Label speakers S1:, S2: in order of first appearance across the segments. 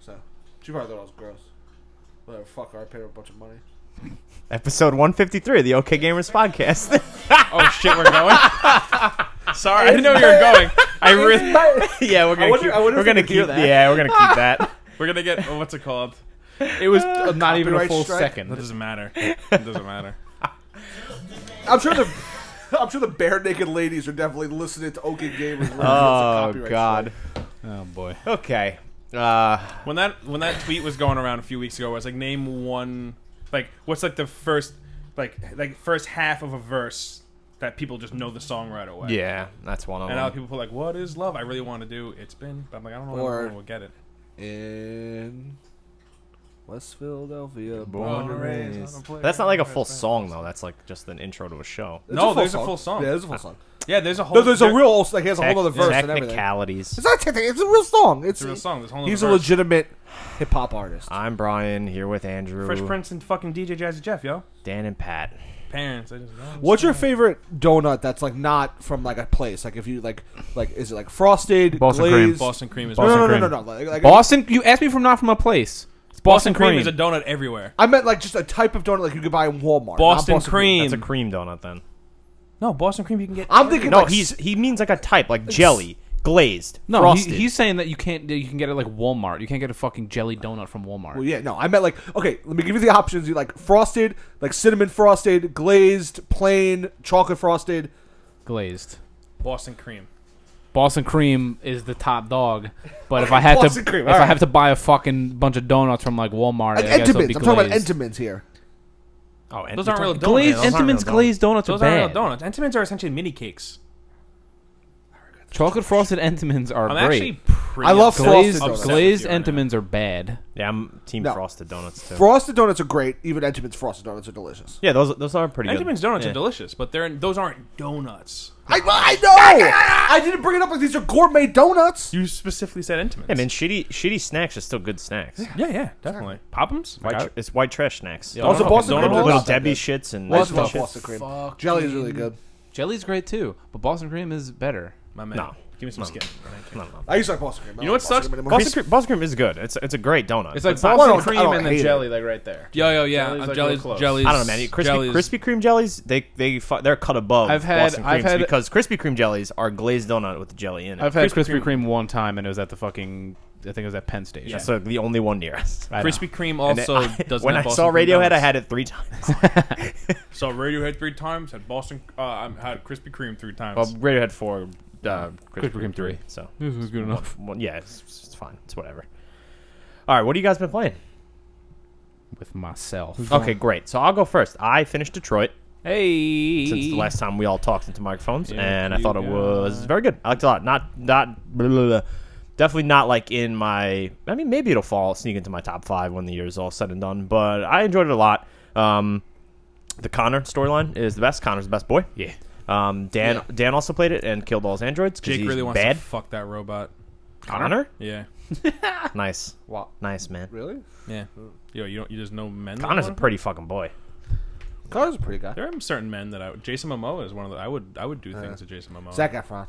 S1: So she probably thought I was gross. Whatever, fuck her. I paid her a bunch of money.
S2: Episode 153 of the OK Gamers podcast.
S3: Oh shit, we're going. Sorry, I didn't know you were going. I really. Yeah, we're gonna
S2: wonder-
S3: keep.
S2: I wonder
S3: we're
S2: if we
S3: gonna
S2: could hear
S3: keep
S2: that.
S3: Yeah, we're gonna keep that. We're gonna get oh, what's it called? It was uh, not even a
S1: Copyright
S3: full
S1: strike?
S3: second. That doesn't matter. It doesn't matter.
S1: I'm sure the I'm sure the bare naked ladies are definitely listening to Oaken Gamers.
S2: oh, God.
S3: Oh boy.
S2: Okay. Uh,
S3: When that when that tweet was going around a few weeks ago, I was like, name one. Like, what's like the first, like like first half of a verse that people just know the song right away.
S2: yeah, that's one of
S3: And now
S2: them.
S3: people put like, what is love? I really want to do. It's been. But I'm like, I don't know
S1: Or-
S3: if anyone will get it.
S1: In West Philadelphia,
S2: Born
S3: and raised on a playground
S2: That's not like a
S3: where
S2: full
S3: it's
S2: song, though. That's like just an intro to a show.
S3: No, there's a full song.
S1: Yeah, there's a full song.
S3: Yeah, there's a whole.
S1: No, there's a
S3: there-
S1: real like he has a whole other
S2: Tec-
S1: verse and everything.
S2: Technicalities.
S1: It's not technical. It's a real song. It's,
S3: It's a real song. There's a whole
S1: He's a
S3: other verse.
S1: legitimate hip hop artist.
S2: I'm Brian here with Andrew,
S3: Fresh Prince and fucking DJ Jazzy Jeff, yo.
S2: Dan, and Pat.
S3: Parents, I just
S1: What's your favorite donut that's like not from like a place? Like if you like like is it like frosted
S4: Boston cream.
S1: glazed?
S3: Boston cream is
S1: No, no, no,
S4: Boston
S1: no, no, no. Like, like-
S4: Boston, you asked me from not from a place. It's
S3: Boston
S4: Boston,
S3: cream
S4: cream.
S3: is a donut everywhere.
S1: I meant like just a type of donut like you could buy in Walmart. not
S3: Boston cream.
S2: That's a cream donut, then.
S3: No, Boston cream you can get.
S1: I'm thinking
S2: No,
S1: like,
S2: he's he means like a type, like jelly, glazed,
S4: no, he,
S2: frosted.
S4: he's saying that you can't. that You can get it like Walmart. You can't get a fucking jelly donut from Walmart.
S1: Well, yeah, no, I meant like okay. Let me give you the options. You like frosted, like cinnamon frosted, glazed, plain, chocolate frosted.
S4: Glazed.
S3: Boston cream.
S4: Boston cream is the top dog. But if I had to,
S1: Boston cream,
S4: if I
S1: alright.
S4: have to buy a fucking bunch of donuts from like Walmart,
S1: Like
S4: I guess it'll
S1: Entenmann's.
S4: be
S1: I'm talking about
S4: glazed.
S1: Entenmann's here.
S2: oh, and
S3: Those aren't real donuts.
S4: Glazed
S3: those aren't real
S4: Entenmann's glazed donuts
S3: Those
S4: are
S3: aren't real
S4: bad.
S3: donuts. Entenmann's are essentially mini cakes.
S4: Chocolate frosted Entenmann's are
S3: I'm
S4: great.
S3: actually pretty.
S1: I love
S3: upset-
S4: glazed
S1: frosted donuts.
S3: upset with
S4: glazed
S3: you right now.
S4: Entenmann's are bad.
S2: Yeah, I'm team
S1: No.
S2: frosted donuts too.
S1: Frosted donuts are great. Even Entenmann's frosted donuts are delicious.
S2: yeah, those those are pretty good.
S3: Entenmann's donuts
S2: Yeah.
S3: are delicious, but they're those aren't donuts.
S1: I, I know. I didn't bring it up like these are gourmet donuts.
S3: You specifically said Entenmann's.
S2: Yeah, man, shitty shitty snacks are still good snacks.
S3: Yeah, yeah, definitely. Pop'ems.
S2: White,
S3: Got
S2: tr-
S3: it.
S2: it's white trash snacks.
S3: Yeah, Also, Boston
S2: Little-
S3: cream is
S2: little
S1: not that
S2: Debbie
S1: good.
S2: shits and
S1: I just love
S2: shits.
S1: Boston cream.
S4: Fucking-
S1: Jelly is really good.
S4: Jelly's great too, but Boston cream is better.
S3: My man.
S2: No.
S3: Give me some
S2: No.
S3: skin. Thank you.
S2: No, no.
S1: I used to like Boston cream. I
S3: You know
S1: don't
S3: what
S1: like
S3: sucks?
S1: Boston cream anymore.
S2: Boston cream, Boston cream is good. It's it's a great donut.
S5: It's like
S2: not-
S1: I
S5: Boston
S1: don't- I
S5: cream
S1: don't
S5: and then
S1: hate it.
S5: jelly, like right there.
S3: Yo, yo, yeah.
S5: Jelly's,
S3: Jellies,
S5: like, real
S3: jellies,
S5: close.
S3: jellies.
S2: I don't know, man. Crispy
S3: jellies.
S2: Krispy Kreme jellies, they they fu- they're cut above
S4: I've had-
S2: Boston
S4: I've
S2: creams
S4: had-
S2: because Krispy Kreme jellies are glazed donut with jelly in it.
S4: I've had
S3: Krispy
S4: Krispy Kreme one time, and it was at the fucking. I think it was at Penn Station.
S2: That's like the only one near us.
S4: I know.
S3: Krispy Kreme
S2: And it-
S3: also
S2: I-
S3: does.
S2: when I
S3: have
S2: saw
S3: Boston cream
S2: Radiohead, I
S3: donuts.
S2: had it three times.
S3: saw Radiohead three times. Had Boston. Uh, I had Krispy Kreme three times.
S2: well, Radiohead four, uh,
S4: Krispy Kreme three.
S2: So
S4: This was good enough.
S2: well, yeah, it's, it's fine. It's whatever. All right, what have you guys been playing?
S4: With myself.
S2: Okay, great. So I'll go first. I finished Detroit
S4: Hey.
S2: since the last time we all talked into microphones,
S3: Yeah,
S2: and I
S3: you
S2: thought it
S3: got-
S2: was very good. I liked it a lot. Not not blah, blah, blah. definitely not like in my. I mean, maybe it'll fall sneak into my top five when the year is all said and done. But I enjoyed it a lot. Um, the Connor storyline is the best. Connor's the best boy.
S4: Yeah.
S2: Um, Dan Dan also played it and killed all his androids. 'cause
S3: Jake
S2: he's
S3: really wants
S2: bad.
S3: to fuck that robot.
S2: Connor.
S3: Yeah,
S2: Nice,
S1: Wow.
S2: nice man.
S1: Really?
S3: yeah. Yo, you don't. You just know men. that
S2: Connor's a
S3: want-
S2: pretty fucking boy.
S1: Connor's a pretty guy.
S3: There are certain men that I. Jason Momoa is one of the. I would. I would do things to Jason Momoa.
S1: Zac Efron.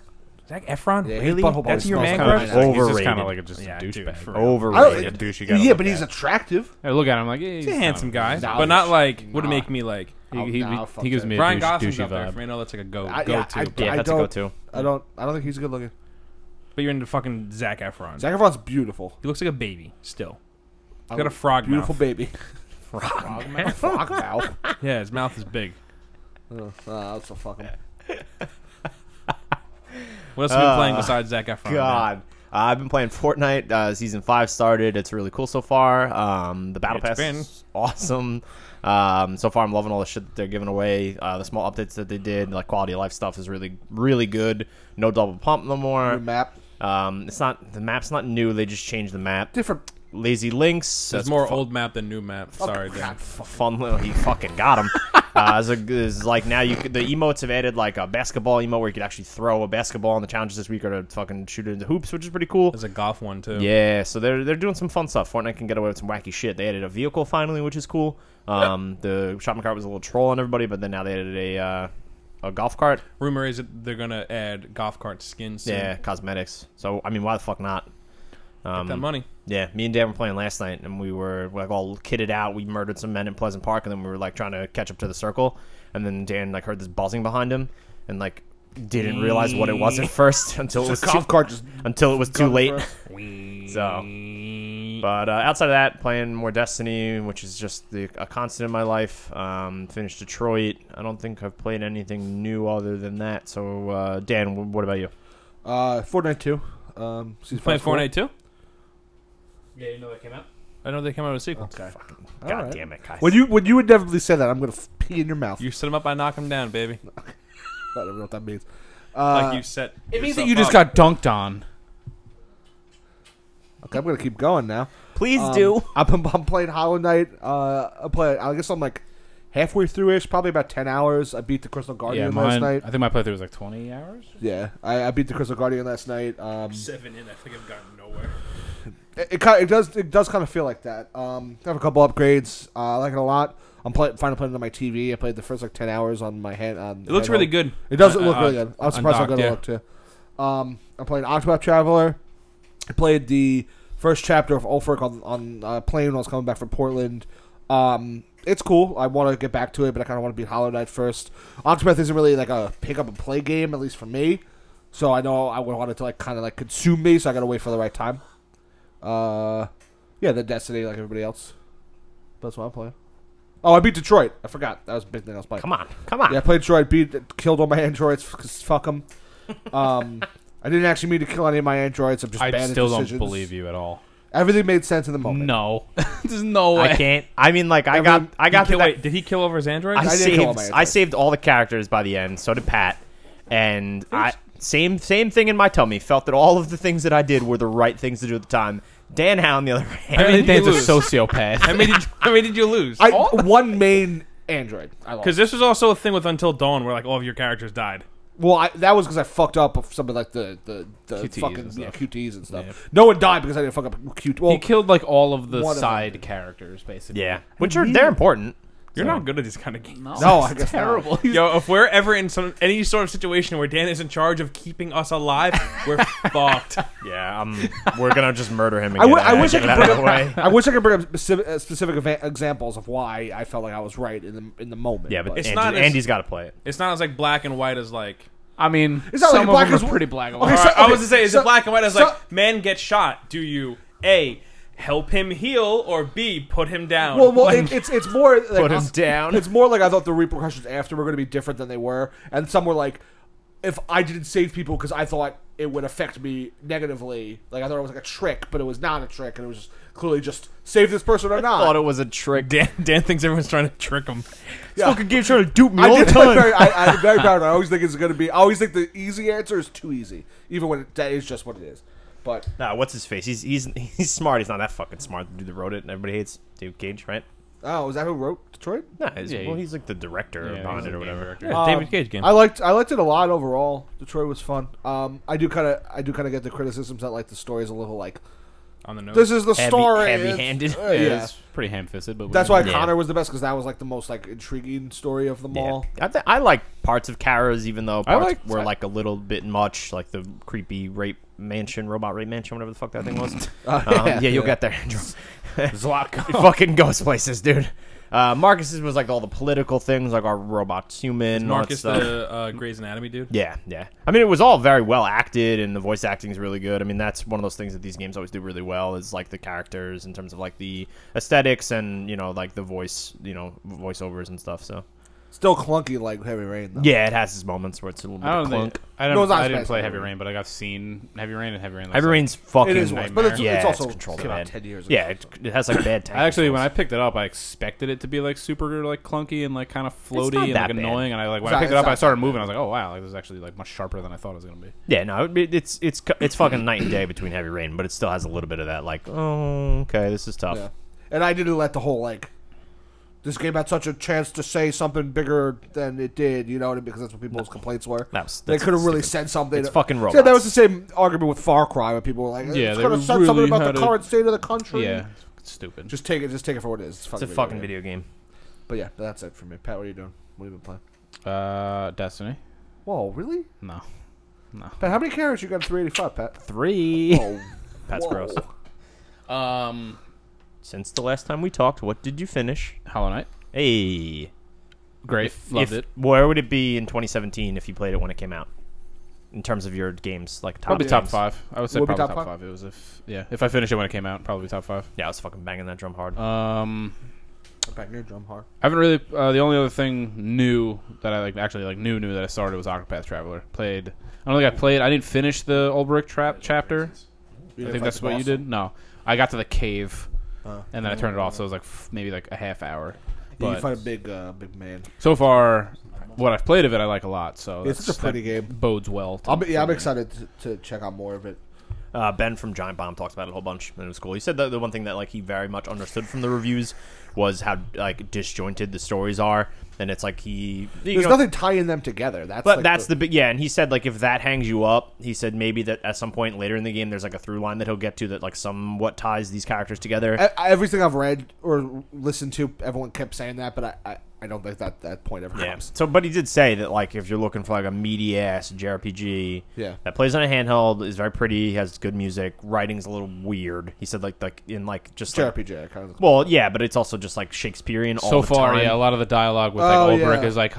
S3: Zac Efron.
S1: Yeah, his
S3: really?
S1: butthole
S3: That's
S1: probably
S3: your
S1: smells
S3: man
S1: kinda
S3: crush.
S1: nice.
S4: He's just
S2: Overrated.
S4: kind of like a, just
S3: Yeah,
S4: a
S3: dude,
S4: douchebag.
S3: for real.
S1: I don't-
S2: Overrated.
S4: a douche you gotta
S1: Yeah,
S4: look
S1: but he's
S4: at.
S1: attractive.
S4: I look at him like yeah,
S3: He's a handsome guy,
S1: Nah,
S3: but not like
S1: nah.
S3: would make me like.
S4: He, he,
S1: Nah,
S4: he,
S1: fuck
S4: he gives
S1: that.
S4: me a
S3: Brian
S4: douche,
S3: Gosling's
S4: douchey
S3: up there for me.
S4: vibe.
S3: I know that's like a go
S1: I-
S3: go
S1: yeah,
S3: to,
S1: I-
S3: but,
S2: yeah,
S1: I
S2: that's a
S1: don't-
S4: Oh,
S2: go-to.
S1: I don't. I don't think he's good looking.
S3: but you're into fucking Zac Efron.
S1: Zac Efron's beautiful.
S3: he looks like a baby still.
S1: I
S3: He's got a
S1: love-
S3: frog
S1: Beautiful
S3: mouth.
S1: baby. Frog mouth. Frog mouth.
S3: yeah, his mouth is big.
S1: Ugh, uh, that's a fucking.
S3: What else have you been
S2: Uh,
S3: playing besides Zac Efron? man?
S2: God. Uh, I've been playing Fortnite. Uh, season five started. It's really cool so far. Um, the battle
S3: It's
S2: pass
S3: been.
S2: is awesome. Um, so far, I'm loving all the shit that they're giving away. Uh, the small updates that they did, like quality of life stuff, is really, really good. No double pump no
S1: New
S2: more.
S1: map.
S2: Um, it's not the map's not new. They just changed the map.
S1: Different.
S2: Lazy links.
S3: There's
S2: that's
S3: more old map than new map. Sorry, Dan.
S2: f- fun little. He fucking got him. Uh, it's, a, it's like now you could, the emotes have added like a basketball emote where you could actually throw a basketball. And the challenges this week are to fucking shoot it into hoops, which is pretty cool.
S3: There's a golf one too.
S2: Yeah, so they're they're doing some fun stuff. Fortnite can get away with some wacky shit. They added a vehicle finally, which is cool. Um, the shopping cart was a little troll on everybody, but then now they added a uh, a golf cart.
S3: Rumor is that they're gonna add golf cart skins. Soon.
S2: Yeah, cosmetics. So I mean, why the fuck not? Um,
S3: that money.
S2: Yeah, me and Dan were playing last night, and we were like all kitted out. We murdered some men in Pleasant Park, and then we were like trying to catch up to the circle. And then Dan like heard this buzzing behind him, and like didn't realize what it was at first until it was
S1: Just
S2: too,
S1: golf cart just
S2: until it was too
S1: gun
S2: late.
S1: first.
S2: so, but uh, outside of that, playing more Destiny, which is just the, a constant in my life. Um, finished Detroit. I don't think I've played anything new other than that. So, uh, Dan, wh- what about you?
S1: Uh, Fortnite two. Um, season
S3: Playing
S1: five's cool.
S3: Fortnite too.
S2: Yeah, you know that came out.
S3: I know they came out with a sequel.
S1: Okay. All
S2: God
S1: right.
S2: damn it, guys.
S1: When you when you inevitably say that, I'm gonna f- pee in your mouth.
S3: You set them up, I knock them down, baby.
S1: I don't know what that means. Uh,
S3: like you set.
S4: It means that
S3: yourself
S4: you just
S3: up.
S4: got dunked on.
S1: okay, I'm gonna keep going now.
S2: Please
S1: Um,
S2: do.
S1: I'm, I'm playing Hollow Knight. Uh, I play. I guess I'm like halfway through ish, probably about ten hours. I beat the Crystal Guardian
S4: yeah,
S1: last
S4: mine,
S1: night.
S4: I think my playthrough was like 20 hours.
S1: Yeah, I, I beat the Crystal Guardian last night. Um,
S3: seven in. I think I've gotten nowhere.
S1: it, it, kind of, it does it does kind of feel like that. Um, I have a couple upgrades. Uh, I like it a lot. I'm play, finally playing it on my TV. I played the first like ten hours on my hand. On
S3: It looks really
S1: handheld.
S3: good.
S1: It doesn't
S3: Uh,
S1: look
S3: uh,
S1: really good. I'm surprised how
S3: undocked,
S1: good it
S3: yeah.
S1: looked too. Um, I'm playing Octopath Traveler. I played the first chapter of Ulfric on on uh, plane when I was coming back from Portland. Um, it's cool. I want to get back to it, but I kind of want to beat Hollow Knight first. Octopath isn't really like a pick up and play game, at least for me. So I know I would want it to like kind of like consume me. So I gotta wait for the right time. Uh, yeah, the Destiny like everybody else. That's what I'm playing. Oh, I beat Detroit. I forgot that was a big thing I was playing.
S2: Come on, come on.
S1: Yeah, I played Droid, beat, killed all my androids because fuck them. Um, I didn't actually mean to kill any of my androids. I'm just bad
S4: I
S1: at
S4: still don't
S1: decisions.
S4: believe you at all.
S1: Everything made sense in the moment.
S4: No, there's no way.
S2: I can't. I mean, like I
S1: Every-
S2: got, I got
S3: He
S2: to
S3: kill,
S2: that.
S3: wait, did he kill over his android?
S2: I,
S1: I did kill all
S2: saved,
S1: my
S2: I
S1: androids.
S2: saved all the characters by the end. So did Pat, and I same same thing in my tummy. Felt that all of the things that I did were the right things to do at the time. Dan Howe, on the other hand,
S4: I mean,
S3: did you
S4: Dan's a
S3: lose?
S4: sociopath.
S3: How many did, how many did you lose?
S1: I one main android. I
S3: Because
S1: lost.
S3: this was also a thing with Until Dawn, where like all of your characters died.
S1: Well, I, that was because I fucked up of some of like the the, the
S4: QTEs
S1: fucking
S4: and
S1: yeah,
S4: stuff.
S1: QTEs and stuff. No one died because I didn't fuck up QT. Well,
S4: he killed like all of the
S1: One of them
S4: side
S1: did.
S4: characters, basically.
S2: yeah, which are they're important.
S3: You're
S2: So-
S3: not good at these kind of games.
S1: No, I guess not.
S4: terrible. He's-
S3: Yo, if we're ever in some any sort of situation where Dan is in charge of keeping us alive, we're fucked.
S2: Yeah, um, we're gonna just murder him. And
S1: I,
S2: get
S1: w- I
S2: out-
S1: wish I
S2: get
S1: could
S2: out
S1: bring
S2: of the way.
S1: up, I wish I could bring up specific, uh, specific eva- examples of why I felt like I was right in the in the moment.
S2: Yeah, but
S3: It's
S2: Andy,
S3: not as-
S2: Andy's got to play it.
S3: It's not as like black and white as like.
S4: I mean,
S1: It's
S4: it's
S1: not
S4: not
S1: like
S4: some
S1: black
S4: of them
S1: is-
S4: are pretty black. and
S1: Okay,
S4: white.
S1: so-
S3: Alright, I was to say, is
S1: so-
S3: it black and white? As
S1: so-
S3: like, man gets shot. Do you a help him heal or b put him down?
S1: Well, well, it, it's it's more like,
S2: Put him down.
S1: It's more like I thought the repercussions after were going to be different than they were, and some were like, if I didn't save people because I thought it would affect me negatively, like I thought it was like a trick, but it was not a trick, and it was just clearly just save this person or not.
S2: Thought it was a trick.
S3: Dan, Dan thinks everyone's trying to trick him.
S1: yeah.
S2: Fucking game trying to dupe me
S1: I
S2: all the
S1: did like
S2: time.
S1: very, I, I'm very proud. of it. I always think it's going to be. I always think the easy answer is too easy, even when it, that is just what it is. But
S2: Nah, what's his face? He's he's he's smart. He's not that fucking smart. The dude that wrote it and everybody hates David Cage, right?
S1: oh, is that who wrote Detroit?
S2: Nah, he's,
S4: Yeah,
S2: well,
S4: he-
S2: he's like the director
S4: Yeah,
S2: of
S4: he's
S2: on it
S4: the
S2: or
S4: game
S2: whatever.
S4: director.
S3: Yeah, David Cage game.
S1: I liked I liked it a lot overall. Detroit was fun. Um, I do kind of I do kind of get the criticisms that like the story's a little like
S3: on the nose.
S1: this is the
S2: Heavy-
S1: story.
S2: heavy-handed.
S1: it's- uh,
S4: yeah,
S1: yeah.
S4: it's pretty ham-fisted, but
S1: That's why
S2: Yeah.
S1: Connor was the best because that was like the most like intriguing story of them all.
S2: I, th- I like parts of Kara's, even though
S4: I
S2: parts
S4: liked-
S2: were like a little bit much, like the creepy rape mansion, robot rape mansion, whatever the fuck that thing was. um, yeah,
S1: yeah,
S2: you'll
S1: yeah.
S2: get there. Andrew.
S4: Zlatko.
S2: fucking ghost places, dude. Uh, Marcus's was like all the political things, like our robots human, all that
S3: Marcus,
S2: stuff.
S3: the uh, Grey's Anatomy dude.
S2: Yeah, yeah. I mean, it was all very well acted, and the voice acting is really good. I mean, that's one of those things that these games always do really well is like the characters in terms of like the aesthetics and you know like the voice, you know, voiceovers and stuff. So
S1: Still clunky like Heavy Rain. Though.
S2: yeah, it has its moments where it's a little bit
S4: I
S2: of
S4: don't
S2: clunk.
S4: think I
S1: No,
S4: don't.
S1: it's not
S4: I didn't
S1: Space
S4: play Heavy
S1: Invaders.
S4: Rain, but like I've seen Heavy Rain and Heavy Rain. looks
S2: Heavy
S4: like-
S2: Rain's fucking.
S1: It is worse, but it's,
S2: yeah,
S1: it's also
S2: controlled
S1: came out
S2: bad.
S1: ten years. ago.
S2: Yeah, it, it has like bad.
S4: I actually, when I picked it up, I expected it to be like super like clunky and like kind of floaty
S2: not
S4: and
S2: that
S4: like
S2: bad.
S4: annoying. And I like
S1: It's
S4: when I
S1: not-
S4: picked it
S1: it's
S4: up, I
S1: not
S4: started
S1: that
S4: moving. I was like, oh wow, like this is actually like much sharper than I thought it was gonna be.
S2: yeah, no, it, it's it's cu- it's fucking night and day between Heavy Rain, but it still has a little bit of that like, oh, okay, this is tough.
S1: Yeah. And I didn't let the whole like this game had such a chance to say something bigger than it did. You know what I mean? Because that's what people's complaints were.
S2: That was-
S1: they
S2: that's
S1: could have really
S2: stupid.
S1: said something.
S2: It's fucking
S1: See, that
S2: robots.
S1: was the same argument with Far Cry, where people were like,
S4: Yeah,
S1: "It's
S4: they
S1: could have said something
S4: really
S1: about
S4: had
S1: the
S4: a-
S1: current state of the country."
S4: Yeah, it's stupid.
S1: Just take it. Just take it for what it is.
S2: It's a fucking video game.
S1: But yeah, that's it for me. Pat, what are you doing? What have you been playing?
S4: uh, Destiny.
S1: Whoa, really?
S4: No,
S1: Pat, how many carrots you got? Three eighty-five, Pat.
S2: Three.
S1: Whoa.
S2: That's
S1: Whoa.
S2: gross.
S4: Um,
S2: Since the last time we talked, what did you finish?
S4: Hollow Knight,
S2: Hey,
S4: great,
S2: If-
S4: loved
S2: if-
S4: it.
S2: Where would it be in 2017 if you played it when it came out? In terms of your games, like top
S4: Probably top
S2: games?
S4: five. I would say
S1: Would be top
S4: probably top five. It was if yeah, if I finish it when it came out, probably top five.
S2: Yeah, I was fucking banging that drum hard.
S4: Um,
S1: Back near drum hard.
S4: I haven't really. Uh, the only other thing new that I like actually like new new that I started was Octopath Traveler. Played. I don't think I played. I didn't finish the Ulbrich trap chapter.
S1: You didn't
S4: I think
S1: fight
S4: that's
S1: the
S4: what you
S1: boss?
S4: did. No, I got to the cave
S1: Oh.
S4: and then I turned it off. So it was like f- maybe like a half hour.
S1: Yeah,
S4: But
S1: you fight a big, uh, big man.
S4: so far, what I've played of it, I like a lot. So
S1: It's
S4: that's-
S1: such a pretty
S4: that
S1: game.
S4: Bodes well. to-
S1: I'll be, yeah, I'm
S4: for me.
S1: excited to, to check out more of it.
S2: Uh, ben from Giant Bomb talks about it a whole bunch, and it was cool. He said that the one thing that like he very much understood from the reviews was how like disjointed the stories are, and it's like he you
S1: There's
S2: know-
S1: nothing tying them together. That's
S2: But
S1: like
S2: that's the big yeah, and he said like if that hangs you up, he said maybe that at some point later in the game there's like a through line that he'll get to that like somewhat ties these characters together.
S1: E- everything I've read or listened to, everyone kept saying that, but I, I, I don't think that that point ever
S2: Yeah.
S1: comes.
S2: So, but he did say that like if you're looking for like a meaty ass JRPG,
S1: Yeah.
S2: that plays on a handheld, is very pretty, has good music, writing's a little weird. He said like like in like just like,
S1: JRPG, I kind of.
S2: well, yeah, but it's also just like Shakespearean. all
S4: So
S2: the
S4: far,
S2: time.
S4: yeah, a lot of the dialogue with like
S1: Oh,
S4: Ulbrich
S1: yeah.
S4: is like,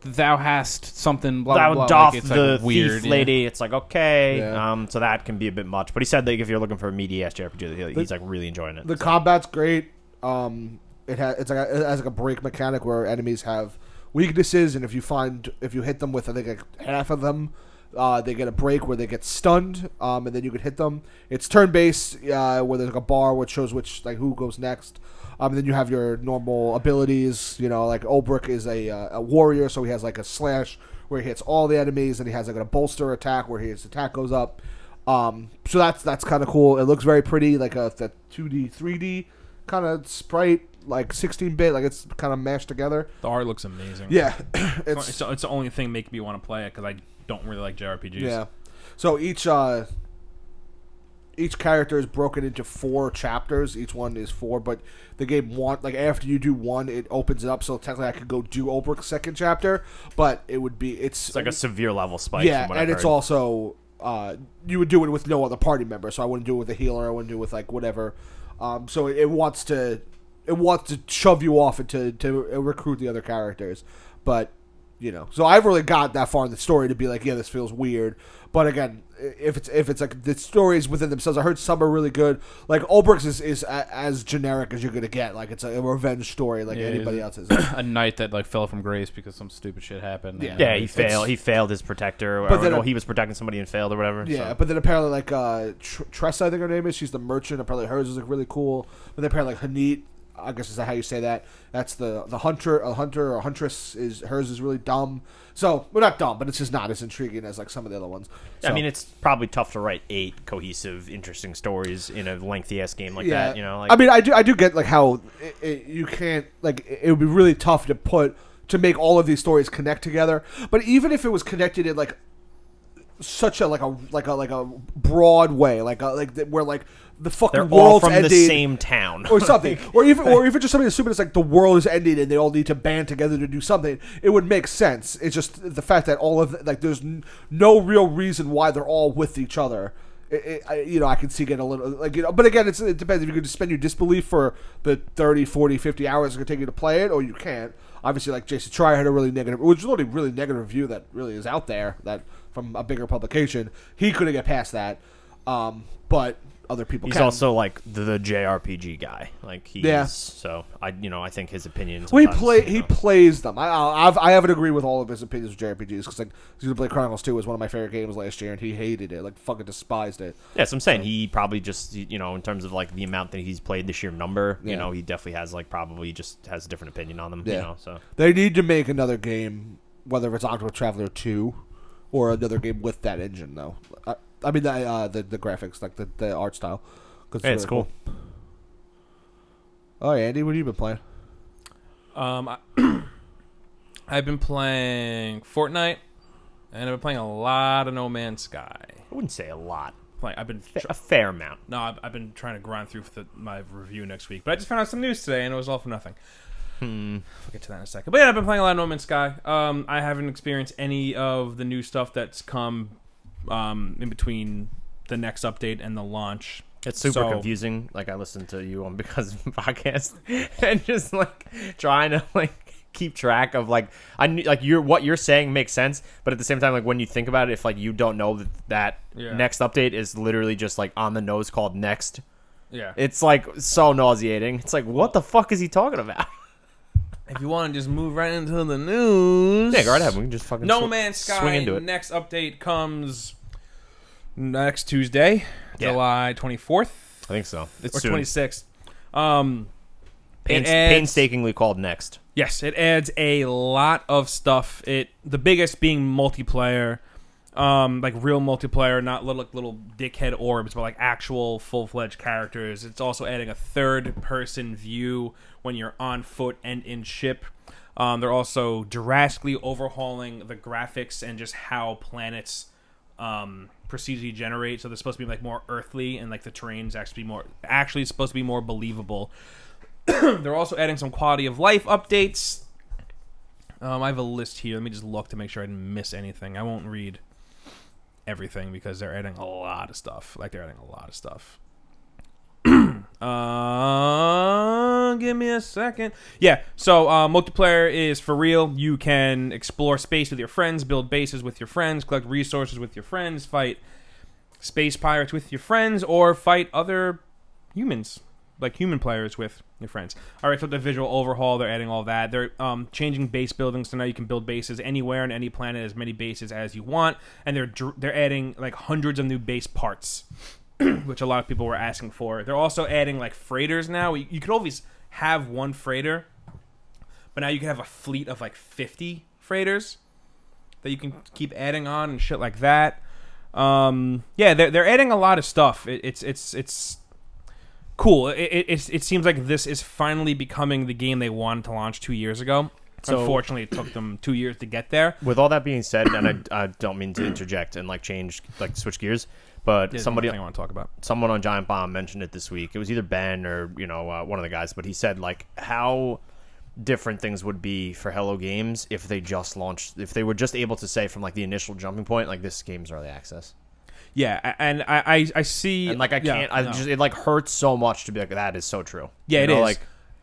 S4: "Thou hast something." Blah
S2: Thou
S4: blah blah.
S2: doth
S4: like, it's
S2: the
S4: like weird.
S2: thief
S4: yeah.
S2: lady. It's like okay,
S1: Yeah.
S2: um, so that can be a bit much. But he said like if you're looking for a meaty ass JRPG, he- he's like really enjoying it.
S1: The combat's great. Um, it has it's like a, it has like a break mechanic where enemies have weaknesses, and if you find if you hit them with I think like half of them, uh, they get a break where they get stunned, um, and then you can hit them. It's turn based, uh, where there's like a bar which shows which like who goes next. Um, and then you have your normal abilities. You know, like Ulbrich is a uh, a warrior, so he has like a slash where he hits all the enemies, and he has like a bolster attack where his attack goes up. Um, so that's that's kind of cool. It looks very pretty, like a that 2D, 3D kind of sprite, like 16 bit, like it's kind of mashed together.
S3: The art looks amazing.
S1: Yeah,
S3: It's,
S1: it's
S3: it's, the only thing making me want to play it because I don't really like JRPGs.
S1: yeah. So each uh, each character is broken into four chapters. Each one is four, but the game one, like after you do one, it opens it up. So technically, I could go do Obrick's second chapter, but it would be it's,
S2: It's like a severe level spike.
S1: yeah,
S2: from what
S1: and
S2: I've
S1: it's
S2: heard.
S1: also uh, you would do it with no other party member. So I wouldn't do it with a healer. I wouldn't do it with like whatever. Um, so it, it wants to it wants to shove you off and to to recruit the other characters, but you know. So I've really got that far in the story to be like, yeah, this feels weird. But again, i- if it's if it's like the stories within themselves, I heard some are really good. Like Ulbrich's is, is a, as generic as you're gonna get. Like it's a revenge story, like
S4: Yeah, it
S1: anybody
S4: is.
S1: else's.
S4: a knight that like fell from grace because some stupid shit happened.
S1: Yeah.
S4: and
S2: Yeah, he
S4: it's-
S2: failed. He failed his protector, or,
S1: But then
S2: or
S1: it-
S2: he was protecting somebody and failed, or whatever.
S1: Yeah,
S2: so.
S1: but then apparently like uh, Tr- Tressa, I think her name is. She's the merchant. Apparently hers is like really cool. But then apparently like Hanit, I guess is that how you say that? That's the the hunter, a hunter or huntress is hers is really dumb. So well, not dumb, but it's just not as intriguing as like some of the other ones.
S2: I
S1: So-
S2: mean, it's probably tough to write eight cohesive, interesting stories in a lengthy ass game like that. You know, like
S1: I mean, I do, I do get like how it, it, you can't like it, it would be really tough to put to make all of these stories connect together. But even if it was connected in like such a like a like a like a broad way, like a, like that where like the fucking
S2: they're all
S1: world's
S2: from
S1: ending
S2: the same town.
S1: or something, or even or even just something as stupid as like the world is ending and they all need to band together to do something. It would make sense. It's just the fact that all of like there's n- no real reason why they're all with each other. It, it, I, you know, I can see getting a little like you know, but again, it's, it depends if you can suspend your disbelief for the 30, 40, 50 hours it's going to take you to play it, or you can't. Obviously, like Jason Trier had a really negative, which is the only really negative review that really is out there that from a bigger publication. He couldn't get past that, um, but other people
S2: He's
S1: can.
S2: also like the, the JRPG guy. Like he's
S1: Yeah.
S2: so I you know I think his opinion.
S1: Well, he
S2: sometimes,
S1: play
S2: you
S1: he
S2: know.
S1: plays them. I I- I've, I haven't agreed with all of his opinions of JRPGs because like Xenoblade Chronicles Two was one of my favorite games last year, and he hated it, like fucking despised it.
S2: Yeah, so I'm saying he probably just you know in terms of like the amount that he's played, the sheer number.
S1: Yeah.
S2: You know, he definitely has like probably just has a different opinion on them.
S1: Yeah.
S2: You know, so
S1: They need to make another game, whether it's Octopath Traveler Two or another game with that engine, though. I, I mean, the, uh, the the graphics, like the, the art style, because
S2: yeah, it's cool.
S1: Oh, yeah, Andy, what have you been playing?
S3: Um, I, I've been playing Fortnite, and I've been playing a lot of No Man's Sky.
S2: I wouldn't say a lot,
S3: Like I've been
S2: a fair amount.
S3: no, I've, I've been trying to grind through for the, my review next week, but I just found out some news today, and it was all for nothing.
S2: Hmm.
S3: We'll get to that in a second. But yeah, I've been playing a lot of No Man's Sky. Um, I haven't experienced any of the new stuff that's come um, in between the next update and the launch.
S2: It's super
S3: So-
S2: confusing. Like I listened to you on because of podcast and just like trying to like keep track of like I knew like you're what you're saying makes sense, but at the same time like when you think about it, if like you don't know that that
S3: Yeah.
S2: next update is literally just like on the nose called next,
S3: Yeah.
S2: it's like so nauseating. It's like what the fuck is he talking about?
S3: if you want to just move right into the news.
S2: yeah, go right ahead. We can just fucking
S3: No
S2: sw-
S3: Man's Sky
S2: swing into it.
S3: next update comes next Tuesday,
S2: Yeah.
S3: July 24th
S2: I think so. It's
S3: or
S2: soon.
S3: 26th. Um it
S2: Pains-
S3: adds-
S2: painstakingly called next.
S3: Yes, it adds a lot of stuff. It the biggest being multiplayer, um, like real multiplayer, not little like little dickhead orbs, but like actual full fledged characters. It's also adding a third person view when you're on foot and in ship. Um, they're also drastically overhauling the graphics and just how planets um, procedurally generate. So they're supposed to be like more earthly, and like the terrain's actually more actually supposed to be more believable. They're also adding some quality of life updates. Um, I have a list here. Let me just look to make sure I didn't miss anything. I won't read everything because they're adding a lot of stuff. Like they're adding a lot of stuff. uh, give me a second. Yeah. So uh, multiplayer is for real. You can explore space with your friends, build bases with your friends, collect resources with your friends, fight space pirates with your friends, or fight other humans, like human players with your friends. All right, so the visual overhaul, they're adding all that. They're um, changing base buildings, so now you can build bases anywhere on any planet, as many bases as you want. And they're dr- they're adding like hundreds of new base parts, which a lot of people were asking for. They're also adding like freighters now. You, you could always have one freighter, but now you can have a fleet of like fifty freighters that you can keep adding on and shit like that. Um, yeah, they're they're adding a lot of stuff. It, it's it's it's cool. It, it, it's, it seems like this is finally becoming the game they wanted to launch two years ago.
S2: So-
S3: Unfortunately, it took them two years to get there.
S2: with all that being said, and I, I don't mean to interject and like change like switch gears, but
S3: There's
S2: somebody
S3: nothing I want to talk about.
S2: someone on Giant Bomb mentioned it this week. It was either Ben or you know uh, one of the guys, but he said like how different things would be for Hello Games if they just launched if they were just able to say from like the initial jumping point like this game's early access
S3: Yeah, a- and I I, I see
S2: and like I
S3: yeah,
S2: can't I
S3: no.
S2: just it like hurts so much to be like that is so true
S3: yeah
S2: You
S3: it
S2: know,
S3: is
S2: like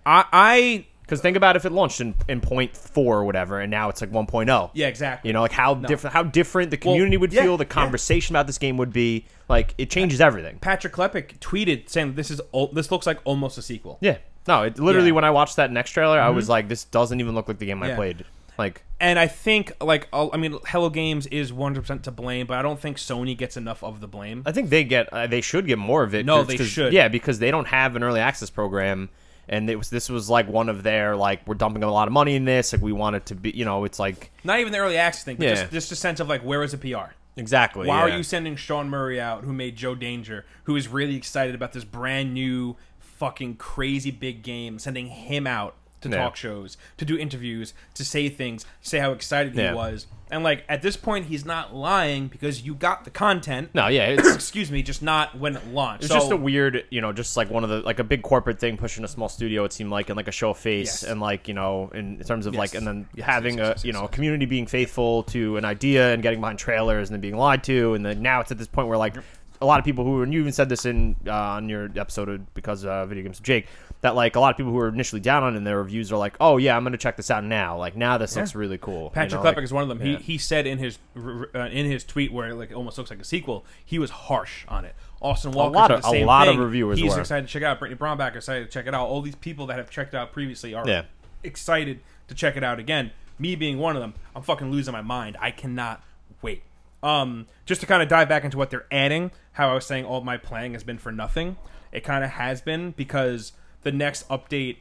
S3: I I
S2: because think about if it launched in in point four or whatever and now it's like 1.0
S3: yeah exactly
S2: You know, like how different how different the community would
S3: yeah,
S2: feel, the
S3: yeah.
S2: conversation about this game would be. Like it changes everything.
S3: Patrick Klepek tweeted saying this is al- this looks like almost a sequel.
S2: Yeah. No, it literally
S3: Yeah. Mm-hmm.
S2: when I watched that next trailer, I was like, this doesn't even look like the game I
S3: Yeah.
S2: played. Like
S3: and I think like I'll- I mean Hello Games is 100% to blame, but I don't think Sony gets enough of the blame.
S2: I think they get uh, they should get more of it.
S3: No,
S2: 'cause-
S3: they
S2: 'cause-
S3: should.
S2: Yeah, because they don't have an early access program, and it was this was like one of their like we're dumping a lot of money in this. Like we want it to be, you know, it's like
S3: Not even the early access thing, but
S2: Yeah.
S3: just just a sense of like where is the PR?
S2: exactly.
S3: Why
S2: yeah.
S3: are you sending Sean Murray out, who made Joe Danger, who is really excited about this brand new fucking crazy big game, sending him out to
S2: Yeah.
S3: talk shows, to do interviews, to say things, say how excited
S2: Yeah.
S3: he was. And like at this point he's not lying because you got the content.
S2: No, yeah, it's
S3: Excuse me, just not when it launched.
S2: It's
S3: so,
S2: just a weird, you know, just like one of the like a big corporate thing pushing a small studio. It seemed like and like a show of face
S3: Yes.
S2: and like you know in terms of
S3: Yes.
S2: like and then
S3: Yes,
S2: having
S3: yes,
S2: a
S3: yes,
S2: you
S3: yes,
S2: know
S3: yes.
S2: community being faithful to an idea and getting behind trailers and then being lied to and then now it's at this point where like a lot of people who and you even said this in uh, on your episode of, because uh, video games with Jake that like a lot of people who were initially down on it in their reviews are like oh yeah I'm gonna check this out now like now this looks really cool
S3: Patrick
S2: you know,
S3: Klepek
S2: like-
S3: is one of them.
S2: yeah.
S3: He he said in his r- r- uh, in his tweet where it like almost looks like a sequel, he was harsh on it. Austin Walker
S2: lot
S3: said
S2: of-
S3: the
S2: a
S3: same
S2: lot of
S3: thing.
S2: reviewers
S3: He's
S2: were.
S3: excited to check it out. Brittany Bromback excited to check it out. All these people that have checked it out previously are
S2: Yeah.
S3: excited to check it out again. Me being one of them, I'm fucking losing my mind. I cannot wait. Um, just to kind of dive back into what they're adding, how I was saying all my playing has been for nothing. It kind of has been because the next update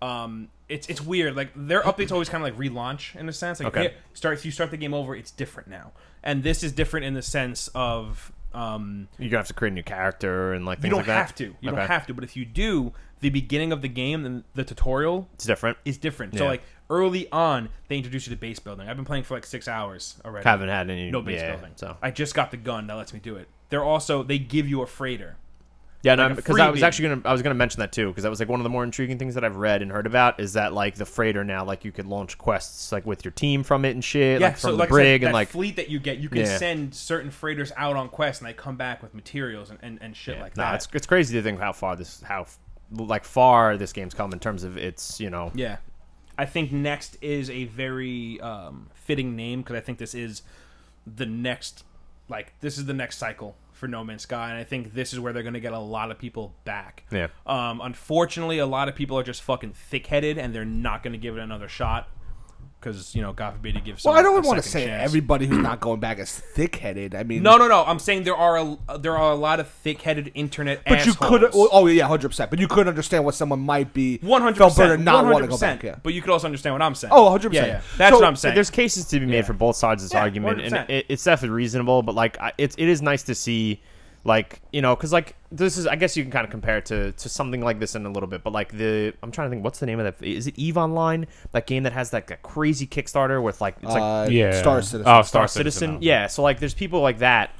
S3: um it's it's weird like their updates always kind of like relaunch in a sense like
S2: Okay.
S3: if you start if you start the game over it's different now and this is different in the sense of um
S2: you're gonna have to create a new character and like things
S3: you don't
S2: like that.
S3: have to you
S2: Okay.
S3: don't have to but if you do the beginning of the game and the tutorial
S2: it's different
S3: is different so
S2: Yeah.
S3: like early on they introduce you to base building i've been playing for like six hours already
S2: haven't had any
S3: no base
S2: yeah,
S3: building
S2: so
S3: i just got the gun that lets me do it they're also they give you a freighter
S2: Yeah, no,
S3: a
S2: because I was
S3: freebie.
S2: actually gonna I was gonna mention that too because that was like one of the more intriguing things that I've read and heard about is that like the freighter now like you could launch quests like with your team from it and shit
S3: yeah,
S2: like
S3: so
S2: from
S3: like
S2: the brig
S3: I said,
S2: and
S3: that
S2: like
S3: fleet that you get, you can
S2: Yeah.
S3: send certain freighters out on quests, and they come back with materials and, and, and shit like
S2: nah,
S3: that.
S2: it's it's crazy to think how far this how f- like far this game's come in terms of its you know
S3: Yeah. I think next is a very um, fitting name because I think this is the next, like, this is the next cycle for No Man's Sky, and I think this is where they're going to get a lot of people back.
S2: Yeah.
S3: Um, unfortunately, a lot of people are just fucking thick headed and they're not going to give it another shot because, you know, God forbid you give
S1: Well,
S3: someone
S1: I don't
S3: a
S1: want to
S3: second
S1: say
S3: chance.
S1: everybody who's not going back is thick-headed. I mean,
S3: No, no, no. I'm saying there are a, there are a lot of thick headed internet
S1: But you could,
S3: assholes.
S1: oh yeah, hundred percent. But you could understand what someone might be
S3: One hundred
S1: felt better
S3: percent.
S1: not
S3: want
S1: want to go back. Yeah.
S3: But you could also understand what I'm saying.
S1: Oh, 100%.
S3: Yeah, yeah. That's
S1: So,
S3: what I'm saying.
S2: There's cases to be made for both sides of this
S3: Yeah,
S2: argument, and
S3: 100%.
S2: it, it's definitely reasonable. But like, I- it's it is nice to see, like you know, because like this is I guess you can kind of compare it to to something like this in a little bit. But like the I'm trying to think, what's the name of that? Is it Eve Online? That game that has like that crazy Kickstarter with like it's like
S1: Uh,
S4: yeah.
S1: Star Citizen.
S4: Oh, Star,
S2: Star
S4: Citizen.
S2: Citizen. Yeah, so like there's people like that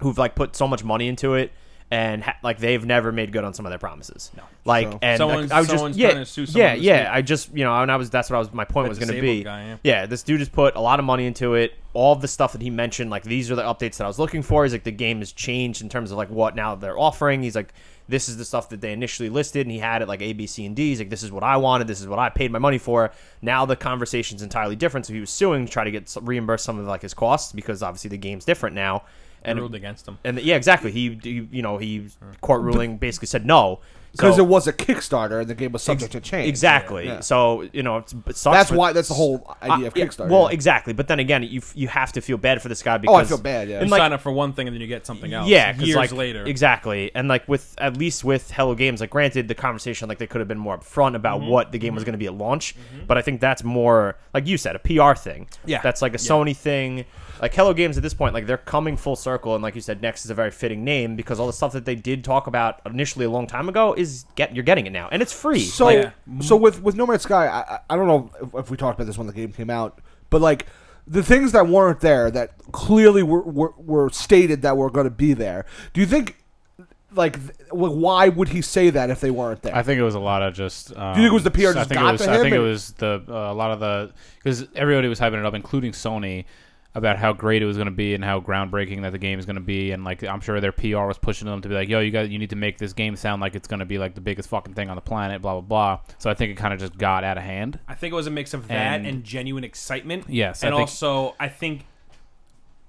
S2: who've like put so much money into it and ha- like they've never made good on some of their promises. No. Like
S1: So-
S2: and like,
S3: Someone's-
S2: I was
S3: someone's
S2: just yeah,
S3: trying to sue someone
S2: yeah,
S3: this
S2: yeah.
S3: week.
S2: I just you know and I was that's what I was my point was going to
S3: disabled
S2: be.
S3: guy, yeah.
S2: this dude has put a lot of money into it. All the stuff that he mentioned, like these are the updates that I was looking for. He's like the game has changed in terms of like what now they're offering. He's like this is the stuff that they initially listed and he had it like A, B, C, and D. He's like, this is what I wanted. This is what I paid my money for. Now the conversation's entirely different. So he was suing to try to get s- reimbursed some of like his costs because obviously the game's different now. And
S3: ruled against him.
S2: And yeah, exactly. He, he you know, he court ruling basically said no
S1: because
S2: So-
S1: it was a Kickstarter and the game was subject to change.
S2: Exactly.
S1: Yeah.
S2: So you know, it's, it sucks
S1: That's
S2: for-
S1: why. That's the whole idea of
S2: Uh, yeah,
S1: Kickstarter.
S2: well,
S1: yeah.
S2: exactly. But then again, you f- you have to feel bad for this guy because
S1: oh, I feel bad. Yeah.
S2: and,
S3: You
S2: like-
S3: sign up for one thing and then you get something else.
S2: Yeah, 'cause,
S3: years
S2: like,
S3: later.
S2: exactly. And like with at least with Hello Games, like granted the conversation like they could have been more upfront about
S3: Mm-hmm.
S2: what the game was going to be at launch, but I think that's more like you said a PR thing.
S3: Yeah.
S2: that's like a Sony thing. Like Hello Games at this point, like they're coming full circle, and like you said, Next is a very fitting name because all the stuff that they did talk about initially a long time ago is get you're getting it now, and it's free.
S1: So,
S2: Like,
S1: so with with No Man's Sky, I, I- I don't know if, if we talked about this when the game came out, but like the things that weren't there that clearly were were, were stated that were going to be there. Do you think like th- like, why would he say that if they weren't there?
S4: I think it was a lot of just. Um,
S1: think it was the PR
S4: I
S1: just
S4: think
S1: got
S4: it was,
S1: to
S4: I
S1: him
S4: think it
S1: and-
S4: was the uh, a lot of the because everybody was hyping it up, including Sony, about how great it was going to be and how groundbreaking that the game is going to be, and like I'm sure their PR was pushing them to be like, "Yo, you guys, you need to make this game sound like it's going to be like the biggest fucking thing on the planet," blah blah blah. So I think it kind of just got out of hand.
S3: I think it was a mix of that and,
S4: And-
S3: genuine excitement.
S4: Yes, I
S3: and
S4: think-
S3: also I think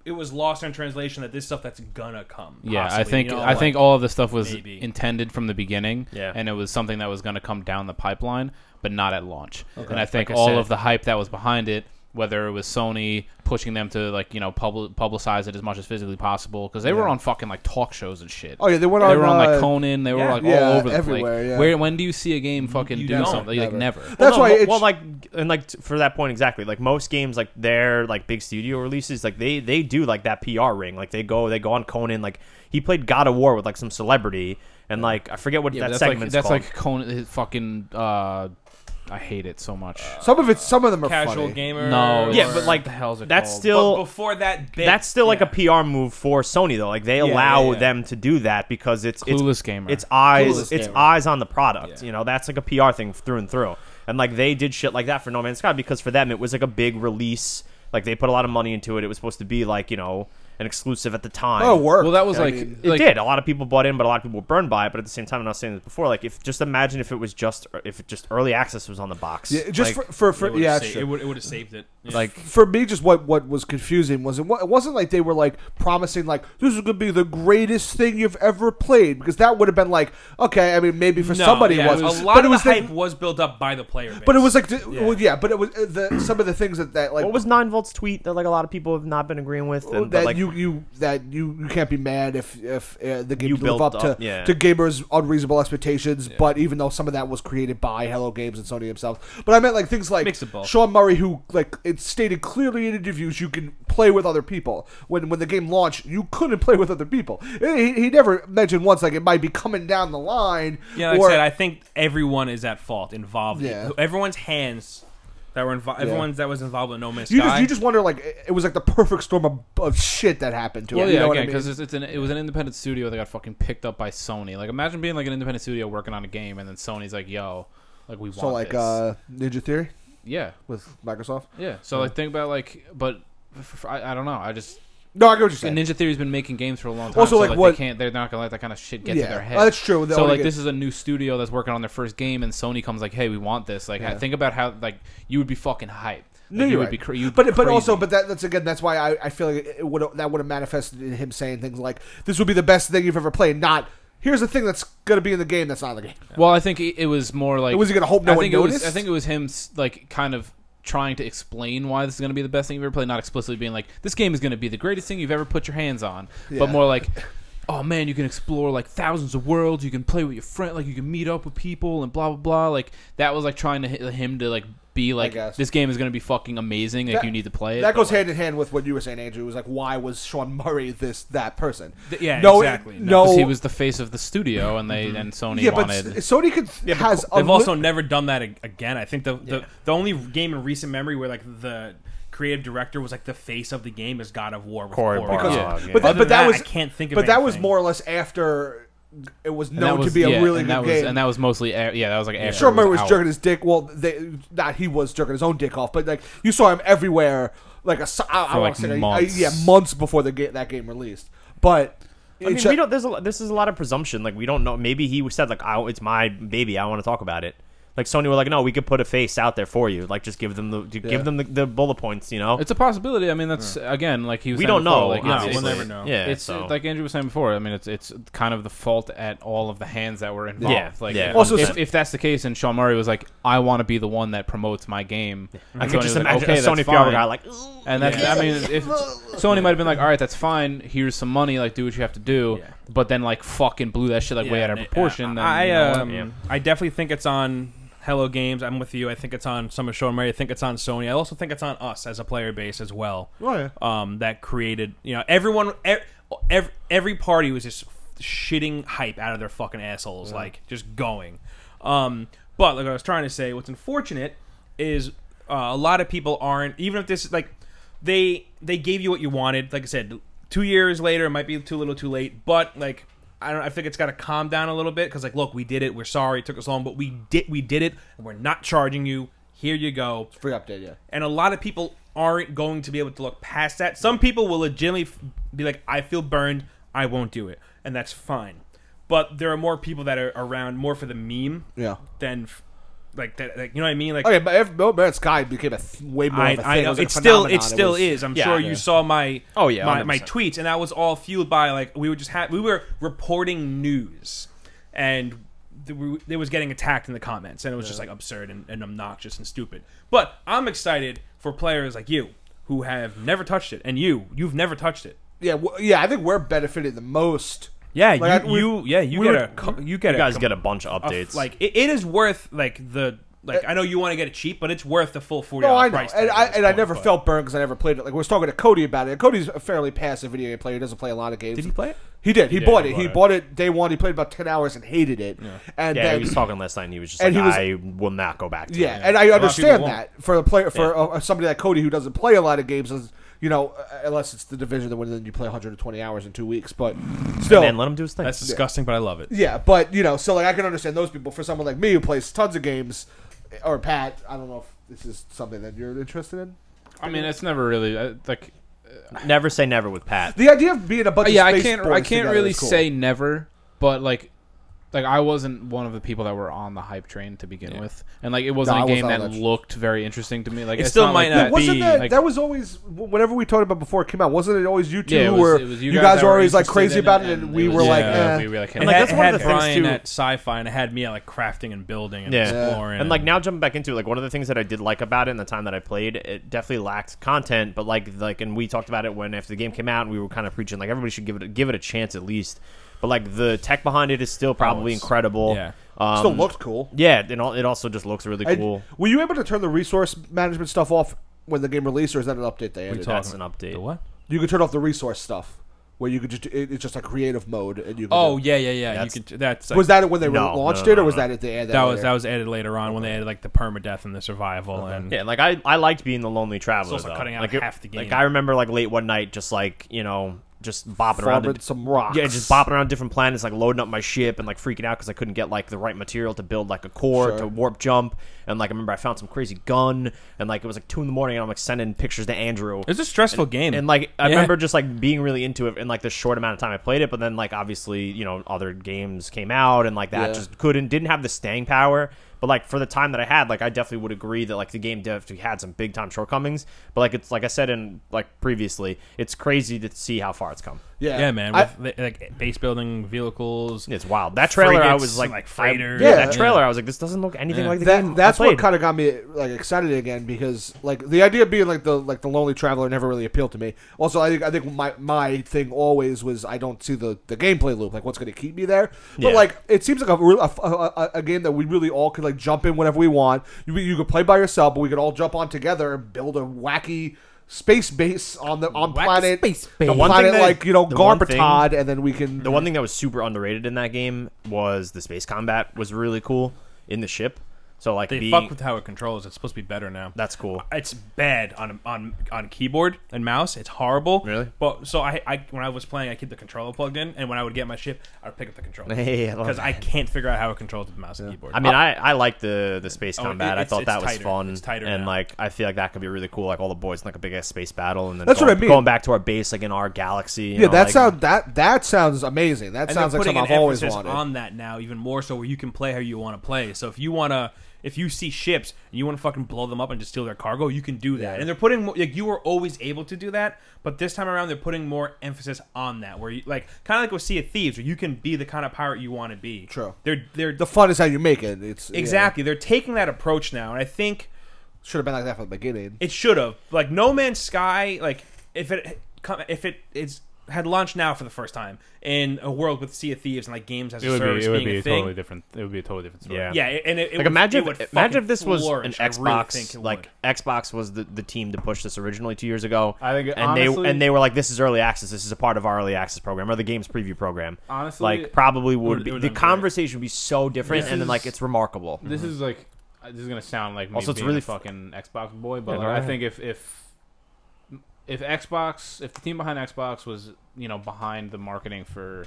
S3: it was lost in translation that this stuff that's gonna come.
S4: Yeah, I
S3: possibly,
S4: think
S3: you know,
S4: I
S3: like-
S4: think all of this stuff was
S3: maybe.
S4: intended from the beginning,
S2: Yeah.
S4: and it was something that was going to come down the pipeline, but not at launch. And I think
S2: Like I
S4: all
S2: said.
S4: of the hype that was behind it, whether it was Sony pushing them to like you know public, publicize it as much as physically possible, because they were on fucking like talk shows and shit.
S1: oh yeah, they went
S4: they
S1: on.
S4: were on
S1: uh,
S4: like Conan. They
S3: yeah.
S4: were like
S1: Yeah,
S4: all over the
S1: everywhere,
S4: place.
S1: yeah.
S4: Where when do you see a game fucking
S3: you
S4: do
S3: don't.
S4: something? Like never.
S1: That's
S2: well,
S1: why.
S2: no,
S1: it's,
S2: Well, like and like t- for that point exactly. Like most games, like their like big studio releases, like they they do like that PR ring. Like they go they go on Conan. Like he played God of War with like some celebrity, and like I forget what
S4: Yeah, but
S2: that
S4: that's like
S2: segment's
S4: that's
S2: called.
S4: like Conan. His fucking. Uh, I hate it so much.
S1: some of it, some of them are
S3: casual
S1: funny.
S3: gamer.
S4: no,
S3: or-
S2: Yeah,
S4: it's-
S2: but, like,
S4: what the hell's it
S2: that's
S4: called?
S2: still
S3: but before that bit,
S2: that's still like
S3: yeah.
S2: a PR move for Sony though. Like they
S3: yeah,
S2: allow
S3: yeah.
S2: them to do that because it's it's,
S4: clueless gamer.
S2: it's eyes
S1: Clueless
S2: it's
S1: gamer.
S2: eyes on the product.
S3: Yeah.
S2: You know that's like a PR thing through and through. And like they did shit like that for No Man's Sky because for them it was like a big release. Like they put a lot of money into it. It was supposed to be like you know an exclusive at the time.
S1: Oh, it worked.
S4: well, that was
S1: I
S4: like,
S1: mean,
S2: It
S4: like
S2: did. A lot of people bought in, but a lot of people were burned by it. But at the same time, and I was saying this before, like if just imagine if it was just if it just early access was on the box.
S1: yeah, just
S2: Like,
S1: for for, for
S3: It
S1: yeah,
S3: yeah,
S1: it's
S3: saved,
S1: true.
S3: it would it would have saved it. Yeah.
S4: like
S1: for me, just what what was confusing was it, wa- it wasn't like they were like promising like this is gonna be the greatest thing you've ever played because that would have been like okay, I mean maybe for
S3: No,
S1: somebody
S3: yeah,
S1: it was
S3: a lot
S1: but
S3: of
S1: it was
S3: the
S1: the-
S3: hype was built up by the player base.
S1: but it was like the-
S3: Yeah.
S1: well, yeah, but it was uh, the some of the things that that like
S2: what was Nine Volt's tweet that like a lot of people have not been agreeing with? And, but,
S1: Oh, that
S2: like,
S1: you you that you you can't be mad if if uh, the game
S2: You
S1: didn't live
S2: built
S1: up,
S2: up,
S1: to
S2: yeah.
S1: to gamers unreasonable expectations. But even though some of that was created by Hello Games and Sony themselves, but I meant like things like
S3: Mix of both.
S1: Sean Murray, who like it stated clearly in interviews, you can play with other people. When when the game launched, you couldn't play with other people. He, he never mentioned once like it might be coming down the line.
S3: yeah, like
S1: or,
S3: I said, I think everyone is at fault involved.
S1: Yeah.
S3: everyone's hands that were involved. Everyone that was involved with No Man's
S1: You
S3: Sky.
S1: just you just wonder like it it was like the perfect storm of, of shit that happened to
S4: Well,
S1: it.
S4: yeah,
S1: you know what
S4: again,
S1: I mean?
S4: because it's, it's an, it was an independent studio that got fucking picked up by Sony. Like, imagine being like an independent studio working on a game, and then Sony's like, "Yo, like we want."
S1: So like
S4: this.
S1: uh, Ninja Theory
S4: yeah,
S1: with Microsoft.
S4: yeah. So like, think about like, but f- f- I, I don't know. I just
S1: No, I get what you're saying.
S4: and Ninja Theory's been making games for a long time.
S1: Also,
S4: so,
S1: like,
S4: like,
S1: what-
S4: they can't, they're not gonna let that kind of shit get
S1: yeah,
S4: to their head.
S1: Oh, that's true. They
S4: so
S1: only
S4: like
S1: get-
S4: this is a new studio that's working on their first game, and Sony comes like, "Hey, we want this." Like,
S1: Yeah.
S4: think about how like you would be fucking hyped.
S1: No,
S4: Like, you
S1: you're
S4: would
S1: right.
S4: be cra- you'd
S1: but
S4: be
S1: but also
S4: crazy.
S1: but that, that's again that's why I, I feel like it would that would have manifested in him saying things like this would be the best thing you've ever played. Not here's the thing that's gonna be in the game that's not in the game.
S4: Well, I think it, it was more like
S1: It was he gonna hope no
S4: I
S1: one
S4: think it was-
S1: noticed?
S4: I think it was him s- like kind of trying to explain why this is gonna be the best thing you've ever played, not explicitly being like this game is gonna be the greatest thing you've ever put your hands on,
S1: Yeah.
S4: but more like. Oh man, you can explore like thousands of worlds. You can play with your friend, like you can meet up with people and blah blah blah. Like that was like trying to hit him to like be like
S1: guess.
S4: this game is gonna be fucking amazing. Like
S1: That-
S4: you need to play it.
S1: That
S4: but,
S1: goes
S4: like,
S1: hand in hand with what you were saying, Andrew. It was like why was Sean Murray this that person?
S3: Th- yeah,
S1: no,
S3: exactly.
S1: No, Mm-hmm.
S4: 'Cause he was the face of the studio, and they and Sony
S1: yeah, but
S4: wanted.
S1: S- Sony could
S3: Yeah, but
S1: has
S3: co- they've
S1: unli-
S3: also never done that ag- again. I think the, the the only game in recent memory where like the creative director was like the face of the game is God of War with
S2: Cory
S3: Borg.
S2: Barlog,
S1: because-
S2: Barlog, yeah.
S1: but,
S3: Other
S1: but
S3: than
S1: that
S3: that,
S1: was
S3: I can't think of
S1: But that was
S3: anything.
S1: more or less after it was
S4: and that
S1: known
S4: was-
S1: to be a
S4: yeah,
S1: really
S4: and
S1: good
S4: that
S1: game.
S4: Was, and that was mostly a- yeah, that was like after
S1: Sure,
S4: it
S1: Murray was
S4: out.
S1: jerking his dick. Well, they not he was jerking his own dick off, but like you saw him everywhere, like a so- I, I
S4: For,
S1: wanna
S4: like,
S1: say, like,
S4: months.
S1: a- yeah, months before the ga- that game released. But
S2: I mean, we don't. There's a lot, this is a lot of presumption. Like we don't know. Maybe he said like, I, "It's my baby. I want to talk about it." Like Sony were like, "No, we could put a face out there for you. Like just give them the
S1: Yeah.
S2: give them the, the bullet points. You know,
S4: It's a possibility. I mean, that's again like he was.
S2: we don't
S4: saying before,
S2: know.
S4: Like,
S3: we'll
S2: obviously.
S3: never know.
S2: Yeah,
S4: It's
S2: so.
S4: like Andrew was saying before. I mean, it's it's kind of the fault at all of the hands that were involved.
S2: Yeah,
S4: Like,
S2: yeah.
S1: Also-
S4: if, if that's the case, and Sean Murray was like, "I want to be the one that promotes my game," and
S2: I
S4: Sony
S2: could
S4: was
S2: just
S4: like,
S2: imagine
S4: "Okay,
S2: a
S4: that's
S2: Sony PR
S4: fine."
S2: guy like,
S4: And that's I mean, if Sony might have been like, "All right, that's fine. Here's some money. Like, do what you have to do."
S3: Yeah.
S4: But then like fucking blew that shit like way
S3: Yeah,
S4: out of
S3: and it-
S4: proportion. then,
S3: I
S4: you know what?
S3: um,
S2: Yeah.
S3: I definitely think it's on Hello Games. I'm with you. I think it's on some of Sean Murray. I think it's on Sony. I also think it's on us as a player base as well.
S1: Oh, yeah.
S3: Um, that created you know everyone every, every party was just shitting hype out of their fucking assholes, like just going. Um, but like I was trying to say, what's unfortunate is uh, a lot of people aren't even if this like they they gave you what you wanted. Like I said, two years later, it might be too little, too late. But like I don't. I think it's got to calm down a little bit because, like, look, we did it. We're sorry it took us long, but we did. We did it, and we're not charging you. Here you go.
S1: free update, yeah.
S3: And a lot of people aren't going to be able to look past that. Some people will legitimately f- be like, "I feel burned. I won't do it," and that's fine. But there are more people that are around more for the meme
S1: Yeah.
S3: than, f- like, that. Like, you know what I mean? Like,
S1: Okay, but if No Man's Sky became a th- way more
S3: I,
S1: of a thing.
S3: I
S1: it,
S3: know
S1: was like a
S3: it still
S1: phenomenon.
S3: it still
S1: was-
S3: is. I'm
S2: Yeah.
S3: sure
S2: Yeah.
S3: you saw my
S2: Oh, yeah,
S3: my, my
S2: 100%.
S3: tweets, and that was all fueled by like we were just ha- we were reporting news, and th- we- it was getting attacked in the comments, and it was just like absurd and, and obnoxious and stupid. But I'm excited for players like you who have never touched it, and you you've never touched it.
S1: Yeah, w- yeah. I think we're benefiting the most.
S3: Yeah,
S1: Like,
S3: you,
S1: I- we-
S3: you yeah you
S1: we
S3: get
S1: were-
S3: a co- you get
S2: you
S3: a
S2: guys
S3: com-
S2: get a bunch of
S3: a f-
S2: updates.
S3: like it, it is worth like the like I know you want to get it cheap, but it's worth the full forty.
S1: No, I know,
S3: price
S1: and
S3: tag
S1: I
S3: at this
S1: and I
S3: point,
S1: never
S3: but-
S1: felt burned because I never played it. Like we was talking to Cody about it. Cody's a fairly passive video game player. He doesn't play a lot of games.
S3: Did he play it?
S1: He did. He,
S4: did,
S1: bought
S4: he
S1: it. He
S4: bought it.
S1: bought it day one. He played about ten hours and hated it. And
S2: yeah,
S1: then
S2: he was talking last night. and He was just like,
S1: and he
S2: "I will not go back." to
S1: Yeah,
S2: it."
S1: and I
S3: A lot of people
S1: understand
S3: won't.
S1: that for a player for uh, somebody like Cody who doesn't play a lot of games, is, you know, uh, unless it's the division that then you play 120 hours in two weeks. But still,
S2: man, let him do his thing.
S3: That's disgusting, but I love it.
S1: yeah, but you know, so like I can understand those people. For someone like me who plays tons of games, or Pat, I don't know if this is something that you're interested in.
S4: I mean, it's never really uh, like
S2: never say never with Pat.
S1: The idea of being a bunch
S4: Uh, yeah,
S1: of
S4: I
S1: space
S4: can't.
S1: boys
S4: I can't
S1: together
S4: really
S1: is cool.
S4: say never, but like, like I wasn't one of the people that were on the hype train to begin with, and like it wasn't
S1: No, I
S4: a
S1: was
S4: game
S1: on
S4: that
S1: that tr-
S4: looked very interesting to me. Like
S3: It still
S4: not like
S3: might
S4: that
S3: not
S1: Yeah, wasn't
S4: be,
S1: that
S4: like-
S1: that was always whatever we talked about before it came out? Wasn't it always you two
S4: Yeah, it
S1: who
S4: was-
S1: were
S4: it was
S1: you,
S4: you
S1: guys,
S4: guys that
S1: were
S4: were
S1: always like
S4: interested
S1: crazy
S4: in it,
S1: about it, and,
S4: and
S1: we
S4: it
S1: were
S4: was-
S1: like,
S4: Yeah,
S1: eh.
S4: we were like,
S3: And
S4: Like,
S3: that
S2: that's one
S3: had
S2: of the things,
S3: Brian
S2: too-
S3: at sci-fi, and it had me at like crafting and building and
S2: Yeah.
S3: exploring.
S2: And like now jumping back into it, like one of the things that I did like about it in the time that I played, it definitely lacked content, but like like and we talked about it when after the game came out and we were kind of preaching like everybody should give it a, give it a chance at least. But like the tech behind it is still probably
S4: it's-
S2: incredible.
S3: yeah.
S2: Um,
S1: still looked cool.
S2: Yeah, and all, it also just looks really
S1: And
S2: cool.
S1: Were you able to turn the resource management stuff off when the game released, or is that an update they added?
S2: That's an update.
S3: the what?
S1: You could turn off the resource stuff where you could just it, it's just like creative mode and you. Could
S3: Oh
S1: do-
S3: yeah, yeah, yeah.
S2: That's-
S3: you could. That's like,
S1: was that it when they
S2: No, no,
S1: launched
S2: no,
S1: it, or
S2: no,
S1: was
S2: no.
S1: that at the end?
S3: that was that was added later on when they added like the permadeath and the survival and
S2: Yeah, like I, I liked being the lonely traveler.
S4: also
S2: though.
S4: cutting out
S2: like
S4: half the game.
S2: Like I remember, like late one night, just like you know, just bopping around.
S1: farming
S2: to-
S1: some rocks.
S2: yeah, just bopping around different planets, like loading up my ship and like freaking out because I couldn't get like the right material to build like a core
S1: Sure.
S2: to warp jump. And like I remember, I found some crazy gun, and like it was like two in the morning, and I'm like sending pictures to Andrew.
S3: it's a stressful game.
S2: And like I
S3: Yeah.
S2: remember just like being really into it in like the short amount of time I played it, but then like obviously you know other games came out and like that
S1: Yeah.
S2: just couldn't didn't have the staying power. But like for the time that I had, like I definitely would agree that like the game definitely had some big time shortcomings. But like it's like I said in like previously, it's crazy to see how far it's come.
S1: yeah,
S3: yeah, man,
S1: I-
S3: with the- like base building vehicles.
S2: It's wild. That trailer I
S3: Frigates
S2: was like,
S3: and, like,
S2: I-
S3: freighters.
S2: yeah,
S1: Yeah.
S2: that trailer I was like, this doesn't look anything
S3: Yeah.
S2: like the game.
S1: that, that's
S2: I played.
S1: what kind of got me like excited again because like the idea of being like the like the lonely traveler never really appealed to me. Also, I think I think my my thing always was I don't see the the gameplay loop like what's going to keep me there. But
S2: Yeah.
S1: like it seems like a, real- a, a a game that we really all could like jump in whenever we want. You you could play by yourself, but we could all jump on together and build a wacky. Space base on the on
S4: Wacky
S1: planet,
S4: space
S1: the
S4: base.
S2: The one thing
S1: planet
S2: that-
S1: like you know
S2: the one thing-
S1: Garbotod, and then we can
S2: The one thing that was super underrated in that game was the space combat was really cool in the ship. So like
S3: They
S2: being,
S3: fuck with how it controls. It's supposed to be better now.
S2: that's cool.
S3: it's bad on on on keyboard and mouse. It's horrible.
S2: Really?
S3: But so I, I when I was playing, I keep the controller plugged in, and when I would get my ship, I would pick up the controller
S2: Hey, I love
S3: because I can't figure out how it controls with the mouse and keyboard.
S2: Oh, I mean, I, I like the the space
S3: Oh,
S2: combat. I
S3: it- it's-
S2: thought
S3: it's
S2: that was
S3: tighter.
S2: fun,
S3: It's tighter
S2: and
S3: now.
S2: like I feel like that could be really cool. Like all the boys in like a big ass space battle, and then
S1: That's what
S2: going,
S1: I mean.
S2: going back to our base, like in our galaxy. you
S1: yeah
S2: know,
S1: that
S2: like-
S1: sound that that sounds amazing. That
S3: and
S1: sounds
S3: they're
S1: like
S3: putting
S1: something I've
S3: an
S1: always
S3: emphasis
S1: wanted.
S3: on that now, even more so, where you can play how you want to play. So if you want to, if you see ships and you want to fucking blow them up and just steal their cargo, you can do that. And they're putting mo- like you were always able to do that, but this time around they're putting more emphasis on that, where you like kind of like with Sea of Thieves, where you can be the kind of pirate you want to be.
S1: True.
S3: They're they're
S1: the fun is how you make it. It's yeah.
S3: Exactly. They're taking that approach now, and I think
S1: Should have been like that from the beginning.
S3: it should have. Like No Man's Sky, like if it come if it is had launched now for the first time in a world with Sea of Thieves and like games as
S4: It
S3: a
S4: would
S3: service
S4: be. It would
S3: being
S4: be
S3: a
S4: a
S3: thing.
S4: totally different. It would be a totally different story.
S2: Yeah.
S3: Yeah, and it, it
S2: Like
S3: would,
S2: imagine,
S3: it would fucking
S2: imagine if this was
S3: flourish.
S2: an
S3: I really
S2: Xbox,
S3: think it would.
S2: like Xbox was the, the team to push this originally two years ago.
S4: I think,
S2: and
S4: honestly-
S2: they and they were like, this is early access. This is a part of our early access program or the games preview program.
S4: Honestly,
S2: like probably would,
S3: it
S2: be
S3: would've
S2: the
S3: been great.
S2: conversation would be so different,
S4: This
S2: and then like
S4: is-
S2: it's remarkable.
S4: This is like uh, this is gonna sound like me
S2: Mm-hmm. Also, it's
S4: being
S2: really
S4: a
S2: f-
S4: fucking Xbox boy, but
S2: Yeah,
S4: like,
S2: go
S4: I
S2: ahead.
S4: think if if if Xbox, if the team behind Xbox was you know behind the marketing for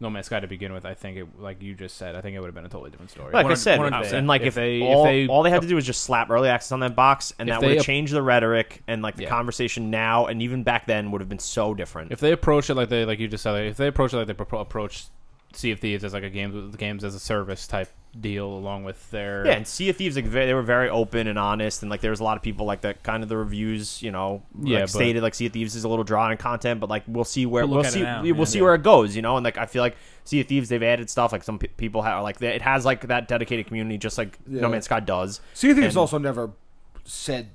S4: No Man's Sky to begin with, I think it like you just said, I think it would have been a totally different story.
S2: Like I
S3: 100
S2: said, uh,
S3: 100%.
S2: and like
S4: If
S2: if,
S4: they- if
S2: all,
S4: they-
S2: all they had to do was just slap early access on that box, and
S4: If
S2: that
S4: they
S2: would have
S4: ap-
S2: changed the rhetoric, and like the
S4: Yeah.
S2: conversation now and even back then would have been so different.
S4: if they approach it like they like you just said, like, if they approach it like they pro- approach Sea of Thieves as like a games games as a service type deal, along with their
S2: yeah, and Sea of Thieves, like, ve- they were very open and honest, and like there was a lot of people like that. Kind of the reviews, you know, like,
S4: Yeah, but-
S2: stated like Sea of Thieves is a little drawn on content, but like we'll see where
S3: But look
S2: we'll
S3: at it
S2: see
S3: now,
S2: we'll
S3: yeah.
S2: see where it goes, you know. And like I feel like Sea of Thieves, they've added stuff like some pe- people have like they- it has like that dedicated community, just like
S1: Yeah.
S2: No Man's Sky does.
S1: Sea of Thieves
S2: And-
S1: also never said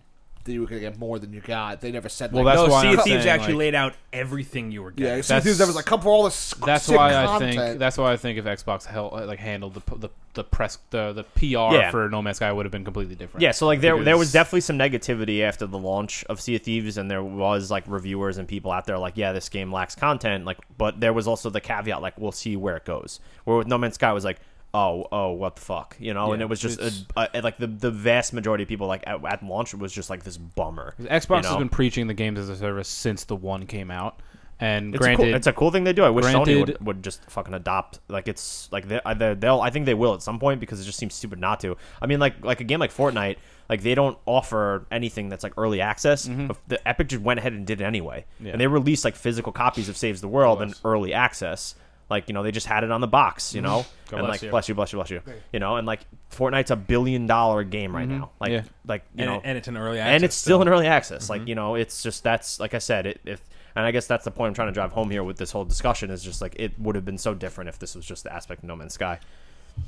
S1: that you were going to get more than you got. They never said
S4: Well,
S1: like,
S4: that's
S3: no,
S4: why
S3: Sea
S4: I'm
S3: of Thieves
S4: saying,
S3: actually
S4: like-
S3: laid out everything you were
S1: Oh, yeah,
S3: getting.
S1: Sea of Thieves
S4: that's-
S1: never was like, come for all this.
S4: That's
S1: sick
S4: why
S1: content.
S4: I think. That's why I think if Xbox held, like handled the p- the, the press the the PR
S2: Yeah.
S4: for No Man's Sky would have been completely different.
S2: Yeah, so like there there was
S4: Because-
S2: definitely some negativity after the launch of Sea of Thieves, and there was like reviewers and people out there like, yeah, this game lacks content. Like, but there was also the caveat like, we'll see where it goes. Where with No Man's Sky was like, oh, oh, what the fuck, you know? and
S4: Yeah,
S2: it was just
S4: it's-
S2: a, a, like the the vast majority of people like at, at launch was just like this bummer.
S4: Xbox
S2: you know?
S4: has been preaching the games as a service since the one came out, and
S2: It's, a
S4: granted,
S2: cool, it's a cool thing they do. I wish Sony
S4: granted-
S2: would, would just fucking adopt. Like it's like they, they they'll. I think they will at some point because it just seems stupid not to. I mean, like like a game like Fortnite, like they don't offer anything that's like early access. But the Epic just went ahead and did it anyway,
S4: Mm-hmm. Yeah.
S2: and they released like physical copies of Saves the World and early access. Like you know, they just had it on the box, you know, and
S4: bless
S2: like
S4: you.
S2: bless you, bless you, bless you, you know, and like Fortnite's a billion dollar game right now. Like
S4: Mm-hmm. Yeah.
S2: like you
S3: and,
S2: know,
S3: and it's an early access.
S2: and it's still in early access.
S4: Mm-hmm.
S2: Like you know, it's just that's like I said, it, if and I guess that's the point I'm trying to drive home here with this whole discussion is just like it would have been so different if this was just the aspect of No Man's Sky.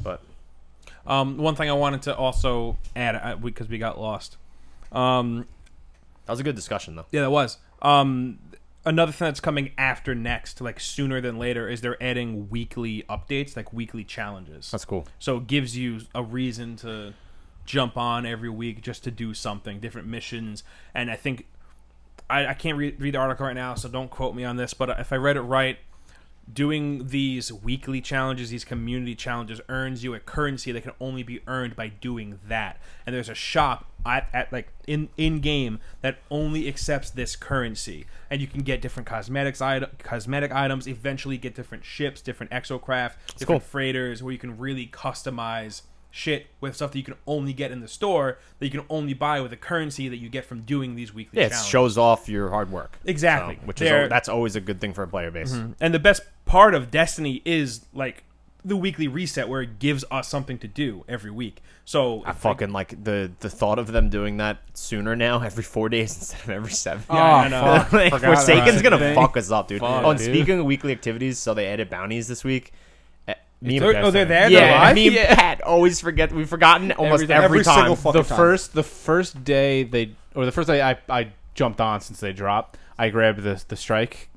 S2: But
S3: Um, one thing I wanted to also add because we got lost. Um,
S2: that was a good discussion though.
S3: yeah, that was. Um, another thing that's coming after next, like sooner than later, is they're adding weekly updates, like weekly challenges.
S2: cool.
S3: so it gives you a reason to jump on every week just to do something, different missions, and I think I, I can't re- read the article right now, so don't quote me on this. But if I read it right, doing these weekly challenges, these community challenges, earns you a currency that can only be earned by doing that. And there's a shop at, at like in in game that only accepts this currency, and you can get different cosmetics item, cosmetic items. Eventually, get different ships, different exocraft, different freighters, where you can really customize shit with stuff that you can only get in the store that you can only buy with the currency that you get from doing these weekly
S2: Yeah, it
S3: challenges.
S2: shows off your hard work.
S3: Exactly.
S2: So, which is
S3: They're-
S2: al- that's always a good thing for a player base.
S4: Mm-hmm.
S3: And the best part of Destiny is like the weekly reset where it gives us something to do every week. So
S2: I fucking like the the thought of them doing that sooner now, every four days instead of every seven.
S3: Yeah, I
S4: Oh,
S3: know.
S4: fuck.
S2: like,
S4: Forgot
S2: Forsaken's
S4: about
S2: gonna
S4: that.
S2: fuck us up, dude.
S4: Fuck,
S2: On
S4: dude.
S2: speaking of weekly activities, so they added bounties this week. Eh, Me and
S3: They're- oh, they're there.
S2: yeah,
S3: they're live?
S2: me and Pat always forget. We've forgotten almost
S4: Everything.
S2: every,
S1: Every
S2: time.
S1: single fucking
S4: the
S1: time.
S4: first the first day they or the first day I, I jumped on since they dropped, I grabbed the the strike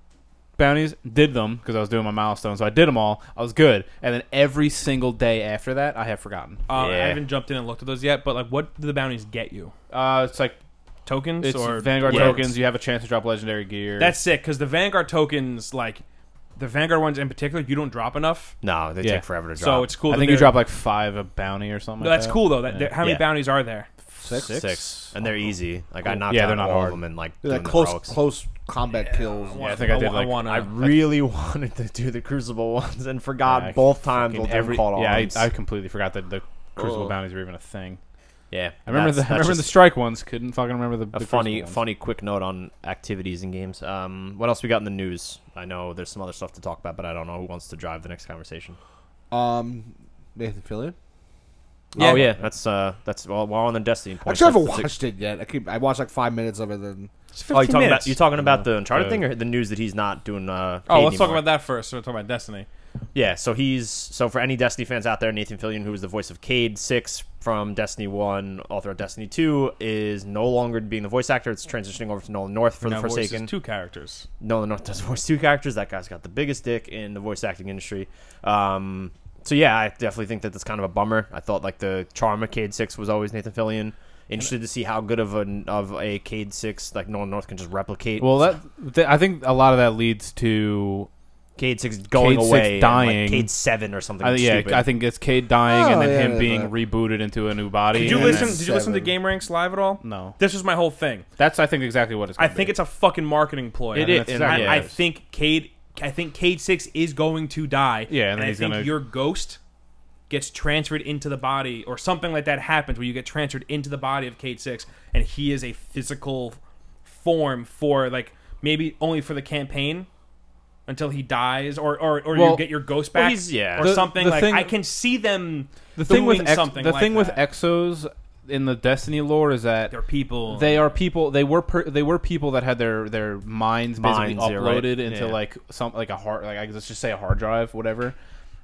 S4: bounties, did them because I was doing my milestones. So I did them all. I was good, and then every single day after that, I have forgotten.
S3: um, I
S2: Yeah.
S3: haven't jumped in and looked at those yet, but like, what do the bounties get you?
S4: Uh, it's like
S3: Tokens
S4: it's
S3: or
S4: Vanguard
S2: words.
S4: tokens. You have a chance to drop legendary gear.
S3: That's sick because the Vanguard tokens, like the Vanguard ones in particular, you don't drop enough.
S2: No, they
S4: Yeah.
S2: take forever to drop.
S3: So it's cool.
S4: I
S3: that
S4: think you
S3: they're-
S4: drop like five a bounty or something.
S3: No,
S4: like
S3: that's
S4: that.
S3: cool though. That there- how many
S2: Yeah.
S3: bounties are there?
S4: Six?
S2: six, and they're easy. Like I knocked
S4: Yeah,
S2: out
S4: they're not
S2: all
S4: hard.
S2: of them in like,
S1: They're like
S2: doing the
S1: close
S2: heroics.
S1: close combat kills.
S3: I
S1: and
S3: wanna-
S4: I think I did, like,
S3: wanna-
S2: I oh, really wanted to do the Crucible ones and forgot
S4: Yeah, I
S2: both times.
S4: Fucking
S2: Well,
S4: every-
S2: every called
S4: yeah, I,
S2: arms.
S4: I completely forgot that the crucible
S2: Ugh.
S4: bounties were even a thing.
S2: yeah.
S4: I remember
S2: that's-
S4: the
S2: that's
S4: I remember
S2: just-
S4: the strike ones. Couldn't fucking remember the,
S2: a
S4: the
S2: funny
S4: Crucible ones.
S2: funny quick note on activities and games um, what else we got in the news i know there's some other stuff to talk about but i don't know who wants to drive the next conversation
S1: Um, Nathan Fillion.
S3: Yeah.
S2: oh yeah that's uh that's well we're on the destiny point
S1: Actually, I haven't
S2: That's the-
S1: watched it yet. I keep I watched like five minutes of it. And
S3: It's
S2: oh you
S3: 15
S2: talking
S3: minutes.
S2: about you talking about the uncharted
S4: the-
S2: thing or the news that he's not doing uh
S3: oh, let's talk about that first. So we're talking about Destiny.
S2: yeah so he's so for any destiny fans out there nathan fillion who was the voice of cade 6 from destiny 1 author of destiny 2 is no longer being the voice actor it's transitioning over to nolan north for
S3: Now
S2: the
S3: voices
S2: forsaken
S3: two characters.
S2: Nolan North does voice two characters. That guy's got the biggest dick in the voice acting industry. Um, so yeah, I definitely think that that's kind of a bummer. I thought like the charm of Cade Six was always Nathan Fillion. Interested to see how good of a of a Cade Six like Nolan North can just replicate.
S4: Well, that th- I think a lot of that leads to
S2: Cade Six going
S4: Cade 6
S2: away, and, like,
S4: dying.
S2: Cade Seven or something.
S4: I, yeah,
S2: stupid.
S4: I think it's Cade dying and
S1: Oh,
S4: then
S1: yeah,
S4: him
S1: yeah,
S4: being
S1: yeah.
S4: rebooted into a new body.
S3: Did you
S4: and
S3: listen?
S4: then-
S3: Did you listen to
S1: seven.
S3: Game Ranks live at all?
S4: No,
S3: This was my whole thing.
S4: that's I think exactly what it's.
S3: I
S4: Gonna
S3: think
S4: be.
S3: it's a fucking marketing ploy.
S4: It
S3: I-
S4: is,
S3: I-
S4: exactly.
S3: I, I think Cade. I think Cade Six is going to die.
S4: Yeah, and then
S3: I
S4: he's
S3: think
S4: gonna-
S3: your ghost gets transferred into the body, or something like that happens, where you get transferred into the body of Cade Six, and he is a physical form for like maybe only for the campaign until he dies, or or, or you
S4: Well,
S3: get your ghost
S2: well,
S3: back,
S2: he's- yeah.
S3: or
S4: The-
S3: something.
S4: the
S3: like
S4: thing-
S3: I can see them.
S4: the thing with
S3: doing
S4: ex-
S3: something.
S4: the
S3: like
S4: thing with
S3: that.
S4: exos in the Destiny lore is that
S3: they're people.
S4: they are people. They were per, they were people that had their their minds basically
S2: Minds, yeah, right.
S4: uploaded into
S2: Yeah.
S4: like some like a hard like I guess let's just say a hard drive, whatever.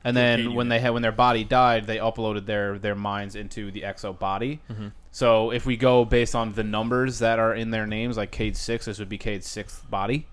S4: And
S3: Okay,
S4: then when
S3: yeah.
S4: they had when their body died, they uploaded their their minds into the exo body.
S2: Mm-hmm.
S4: So if we go based on the numbers that are in their names, like Cade Six, this would be Cade's sixth body.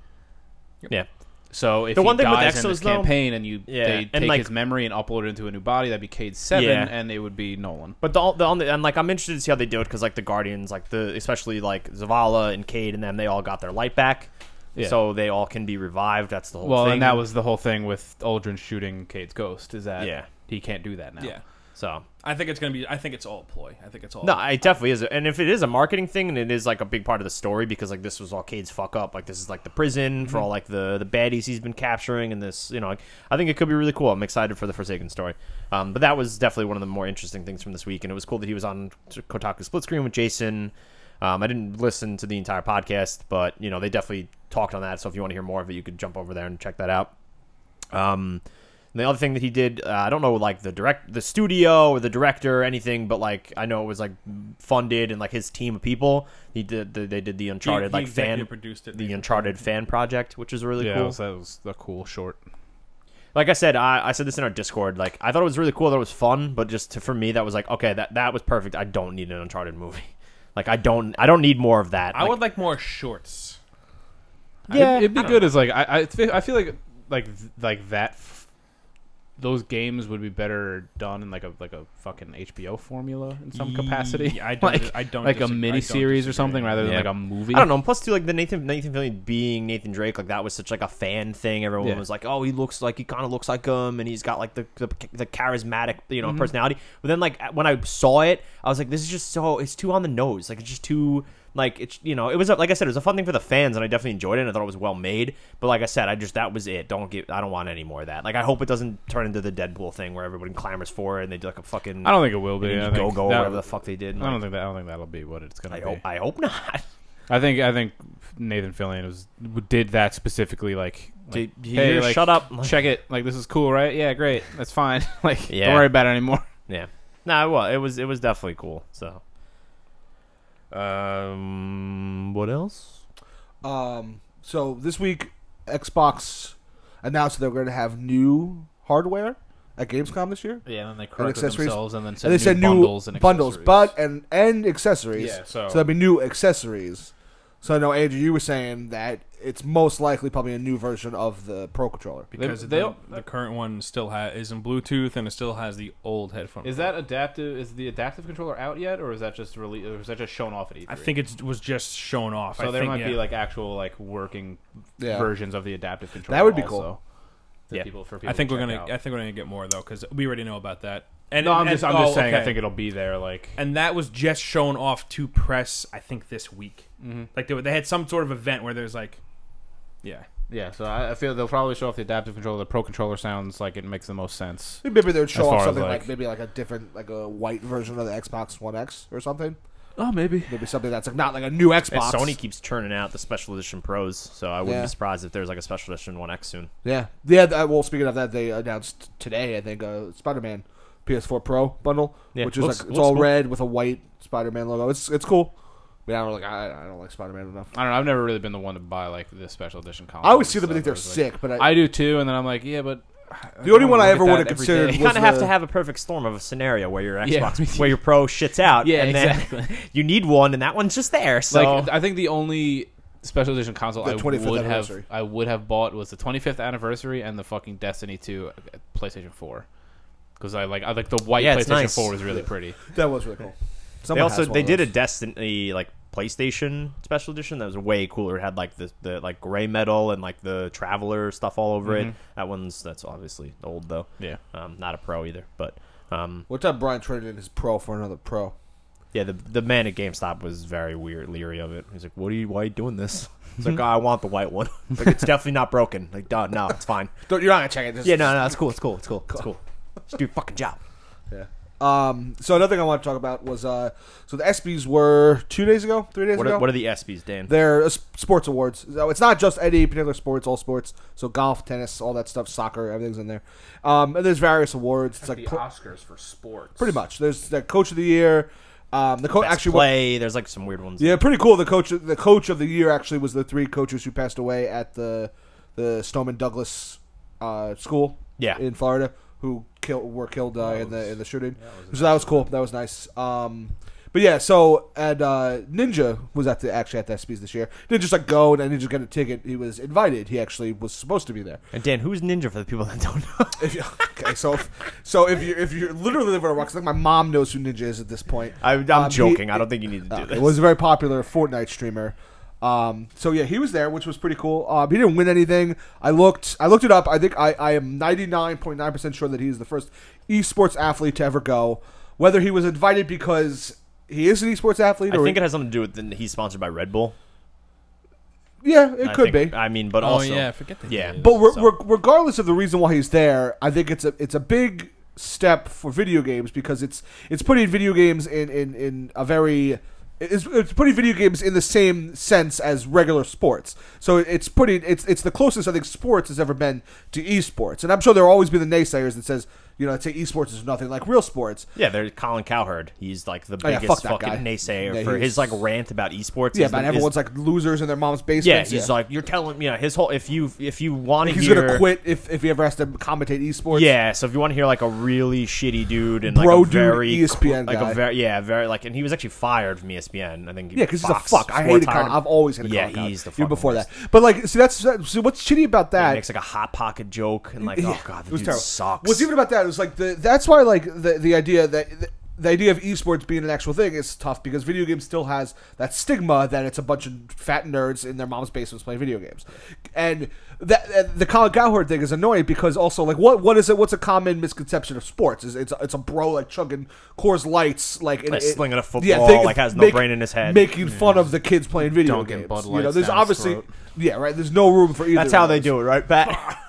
S2: yeah,
S4: So if
S2: The
S4: he
S2: one thing with
S4: dies in this
S2: Exos, though-
S4: campaign and you
S2: Yeah,
S4: they
S2: and,
S4: take
S2: like-
S4: his memory and upload it into a new body, that'd be Cade Seven,
S2: Yeah.
S4: and it would be Nolan.
S2: But the, the only, and like I'm interested to see how they do it because like the Guardians, like the especially like Zavala and Cade and them, they all got their light back,
S4: Yeah.
S2: so they all can be revived. That's the whole
S4: Well,
S2: thing.
S4: and that was the whole thing with Aldrin shooting Cade's ghost. Is that
S2: Yeah.
S4: he can't do that now?
S3: yeah,
S2: so
S3: I think it's gonna be. I think it's all a ploy. I think it's all.
S2: No, it definitely is. And if it is a marketing thing, and it is like a big part of the story, because like this was all Cade's fuck up. Like this is like the prison for all like the the baddies he's been capturing, and this you know, like, I think it could be really cool. I'm excited for the Forsaken story. Um, but that was definitely one of the more interesting things from this week, and it was cool that he was on Kotaku Split Screen with Jason. Um, I didn't listen to the entire podcast, but you know they definitely talked on that. So if you want to hear more of it, you could jump over there and check that out. Um, and the other thing that he did, uh, I don't know, like the direct, the studio or the director or anything, but like I know it was like funded and like his team of people. He did, the, they did the
S3: He-
S2: Uncharted
S3: he
S2: like
S3: executive
S2: fan,
S3: produced it.
S2: the Uncharted fan project, which is really
S4: yeah,
S2: cool.
S4: that, was, that was a cool short.
S2: like I said, I, I said this in our Discord. Like I thought it was really cool, that it was fun, but just to, for me, that was like okay, that that was perfect. I don't need an Uncharted movie. Like I don't, I don't need more of that.
S3: I
S2: Like,
S3: would like more shorts.
S2: yeah,
S4: it'd, it'd
S2: I
S4: be
S2: don't
S4: good as like I, I I feel like like like that f- those games would be better done in like a like a fucking HBO formula in some capacity.
S3: Yeah, I don't.
S4: like,
S3: dis- I don't.
S4: like a
S3: disagree- I
S4: mini
S3: don't
S4: series or
S3: disagree.
S4: something rather than
S2: Yeah.
S4: like a movie.
S2: I don't know. Plus, too, like the Nathan Nathan Fillion being Nathan Drake, like that was such like a fan thing. Everyone
S4: Yeah.
S2: was like, "Oh, he looks like he kind of looks like him, and he's got like the the, the charismatic, you
S4: Mm-hmm.
S2: know, personality." But then, like when I saw it, I was like, "This is just so it's too on the nose. Like it's just too like it's you know it was a, like I said, it was a fun thing for the fans, and I definitely enjoyed it. and I thought it was well made. But like I said, I just that was it. Don't give. I don't want any more of that. Like I hope it doesn't turn into the Deadpool thing where everybody clamors for it and they do like a fucking
S4: I don't think it will be. I think
S2: go go
S4: that-
S2: whatever the fuck they did.
S4: I don't think that. I don't think that'll be what it's gonna
S2: I
S4: be.
S2: hope I hope not.
S4: I think I think Nathan Fillion was did that specifically. Like, like,
S2: Did- here,
S4: like,
S2: shut up.
S4: check it. Like, this is cool, right? Yeah, great. That's fine. like,
S2: Yeah.
S4: don't worry about it anymore.
S2: Yeah. No, it was. It was. It was definitely cool. So. Um. What else?
S1: Um, so this week, Xbox announced that they're going to have new hardware at Gamescom this year.
S4: Yeah, and then they
S1: corrected accessories. themselves
S4: and then
S1: and they said new bundles, but and and accessories.
S4: Yeah, so-
S1: there'll be new accessories. So I know Andrew, you were saying that it's most likely probably a new version of the Pro controller.
S3: because
S4: They-
S3: the, the current one still ha- is in Bluetooth and it still has the old headphone.
S4: is that adaptive? Is the adaptive controller out yet, or is that just really? Or is that just shown off at E3?
S3: I think it was just shown off.
S4: so.
S3: I
S4: there
S3: think,
S4: might be
S3: yeah.
S4: like actual like working
S1: Yeah.
S4: versions of the adaptive controller.
S1: would be
S4: also
S1: cool.
S4: that
S2: Yeah.
S4: people- for people
S3: I think
S4: to
S3: we're
S4: check
S3: gonna.
S4: out.
S3: I think we're gonna get more though because we already know about that. And
S4: no, I'm
S3: and-
S4: just. I'm
S3: oh,
S4: just saying. I
S3: okay.
S4: think it'll be there. Like,
S3: and that was just shown off to press. I think this week,
S4: Mm-hmm.
S3: like they, were- they had some sort of event where there's like, yeah,
S4: Yeah, so I, I feel they'll probably show off the adaptive controller. The pro controller sounds like it makes the most sense.
S1: Maybe they would
S4: As
S1: show
S4: far
S1: off
S4: as,
S1: something
S4: like-
S1: like, maybe like a different like a white version of the Xbox One X or something.
S3: oh maybe
S1: Maybe something that's like not like a new Xbox.
S2: Sony keeps churning out the special edition pros, so I wouldn't
S1: Yeah.
S2: be surprised if there's like a special edition one X soon.
S1: Yeah, yeah. th- Well, speaking of that, they announced today I think uh, Spider Man PS4 Pro bundle,
S2: Yeah,
S1: which is
S2: looks-
S1: like
S2: looks
S1: it's all
S2: cool.
S1: red with a white Spider Man logo. It's it's cool. But I don't like I, I don't like Spider Man enough.
S4: I don't know. I've never really been the one to buy like the special edition console.
S1: I always see them and think
S4: and
S1: they're
S4: stuff. I was
S1: sick, but I,
S4: like- I do too, and then I'm like, yeah, but
S1: the only one
S4: wanna
S1: I
S4: look
S1: ever
S4: at
S1: would have
S4: that every
S1: considered
S4: day.
S1: was
S2: You kind of have
S1: the-
S2: to have a perfect storm of a scenario where your
S4: Yeah.
S2: Xbox, where your Pro shits out,
S4: Yeah,
S2: and then you need one, and that one's just there. So
S4: like I think the only special edition console
S1: The
S4: I
S1: 25th
S4: would have
S1: anniversary.
S4: I would have bought was the 25th anniversary and the fucking Destiny 2 PlayStation 4 because I like I like the white
S2: Yeah, it's
S4: PlayStation
S2: nice.
S4: 4 was really pretty.
S1: that was really cool.
S2: they
S1: Someone
S2: also
S1: has one
S2: they
S1: of
S2: did a
S1: those.
S2: Destiny like PlayStation special edition that was way cooler. It had like the, the like gray metal and like the Traveler stuff all over
S1: Mm-hmm.
S2: it. That one's that's obviously old though.
S4: Yeah.
S2: Um, not a pro either, but um,
S1: What time Brian traded in his Pro for another Pro?
S2: Yeah, the the man at GameStop was very weird, leery of it. He's like, "What are you? Why are you doing this?" It's like, oh, "I want the white one. It's like, it's definitely not broken. Like, duh, no, it's fine.
S1: Don't, you're not gonna check it. Just,
S2: Yeah, no, no, it's cool. It's cool. It's cool. It's cool. Just do your fucking job."
S1: Yeah. Um. So another thing I want to talk about was uh. So the ESPYS were two days ago, three days
S2: What
S1: ago.
S2: are, what are the ESPYS, Dan?
S1: They're uh, s- sports awards. So it's not just any particular sports, all sports. So golf, tennis, all that stuff, soccer, everything's in there. Um, and there's various awards. It's like pr-
S4: Oscars for sports.
S1: pretty much. There's the coach of the year. Um, the coach
S2: Best
S1: actually. wa-
S2: play. There's like some weird ones.
S1: Yeah, pretty cool. The coach, the coach of the year actually was the three coaches who passed away at the the Stoneman Douglas uh, school.
S2: Yeah.
S1: in Florida, who killed were killed uh, in the in the shooting. so that was cool. That was nice. Um, but yeah, so and uh, Ninja was at the actually at the SPs this year. Didn't just like go and I didn't just get a ticket. He was invited. He actually was supposed to be there.
S2: And Dan, who's Ninja for the people that don't know?
S1: If you, okay, so if, so if you if you literally live in a rock, 'cause, like my mom knows who Ninja is at this point.
S2: I, I'm
S1: Um, he-
S2: joking. I don't think you need to do
S1: Uh,
S2: this.
S1: it was a very popular Fortnite streamer. Um, so yeah, he was there, which was pretty cool. Um, he didn't win anything. I looked, I looked it up. I think I, I am ninety nine point nine percent sure that he is the first esports athlete to ever go. Whether he was invited because he is an esports athlete,
S2: I
S1: or
S2: think it has something to do with the, he's sponsored by Red Bull.
S1: yeah, it
S2: I
S1: could
S2: think-
S1: be.
S2: I mean, but
S3: oh
S2: also,
S3: yeah, I forget that.
S2: Yeah.
S1: But re-
S2: so-
S1: re- regardless of the reason why he's there, I think it's a it's a big step for video games because it's it's putting video games in in, in a very it's, it's putting video games in the same sense as regular sports. So it's putting it's it's the closest I think sports has ever been to esports, and I'm sure there will always be the naysayers that says You know, I'd say esports is nothing like real sports.
S2: Yeah, there's Colin Cowherd. He's like the
S1: Oh, yeah,
S2: biggest
S1: fuck that
S2: fucking
S1: guy.
S2: naysayer
S1: Yeah,
S2: for
S1: he's-
S2: his like rant about esports.
S1: Yeah,
S2: is the-
S1: but
S2: is-
S1: everyone's like losers in their mom's basement.
S2: yeah, he's like you're telling me you know, his whole if you if you want to
S1: he's
S2: hear
S1: gonna quit if, if he ever has to commentate esports.
S2: Yeah, so if you want to hear like a really shitty dude and like
S1: Bro
S2: a
S1: dude E
S2: very
S1: ESPN
S2: like
S1: guy.
S2: a very yeah very like and he was actually fired from E ESPN. I think
S1: Yeah, because he's a
S2: Fox
S1: fuck. I
S2: Sports
S1: hated
S2: hired
S1: Colin.
S2: him.
S1: I've always hated
S2: yeah
S1: Colin Cowherd.
S2: he's the
S1: even
S2: fucking
S1: before
S2: worst.
S1: that. But like, see, that's that, so. What's shitty about
S2: He
S1: that?
S2: makes like a hot pocket joke and like oh god
S1: it
S2: the
S1: was
S2: dude
S1: terrible.
S2: sucks.
S1: What's even about that is like the that's why like the the idea that. The, the idea of esports being an actual thing is tough because video games still has that stigma that it's a bunch of fat nerds in their mom's basements playing video games, and that and the Colin Cowherd thing is annoying because also like what what is it? What's a common misconception of sports? Is it's a, it's a bro like chugging Coors Lights like, and
S2: Like
S1: it-
S2: slinging a football,
S1: think-
S2: like, has no brain in his head.
S1: making fun of the kids playing video
S4: Dunking
S1: games.
S4: Bud
S1: you know,
S4: Lights
S1: there's
S4: down his
S1: obviously
S4: throat.
S1: yeah right. There's no room for either.
S2: that's how
S1: of
S2: they
S1: those.
S2: do it right back.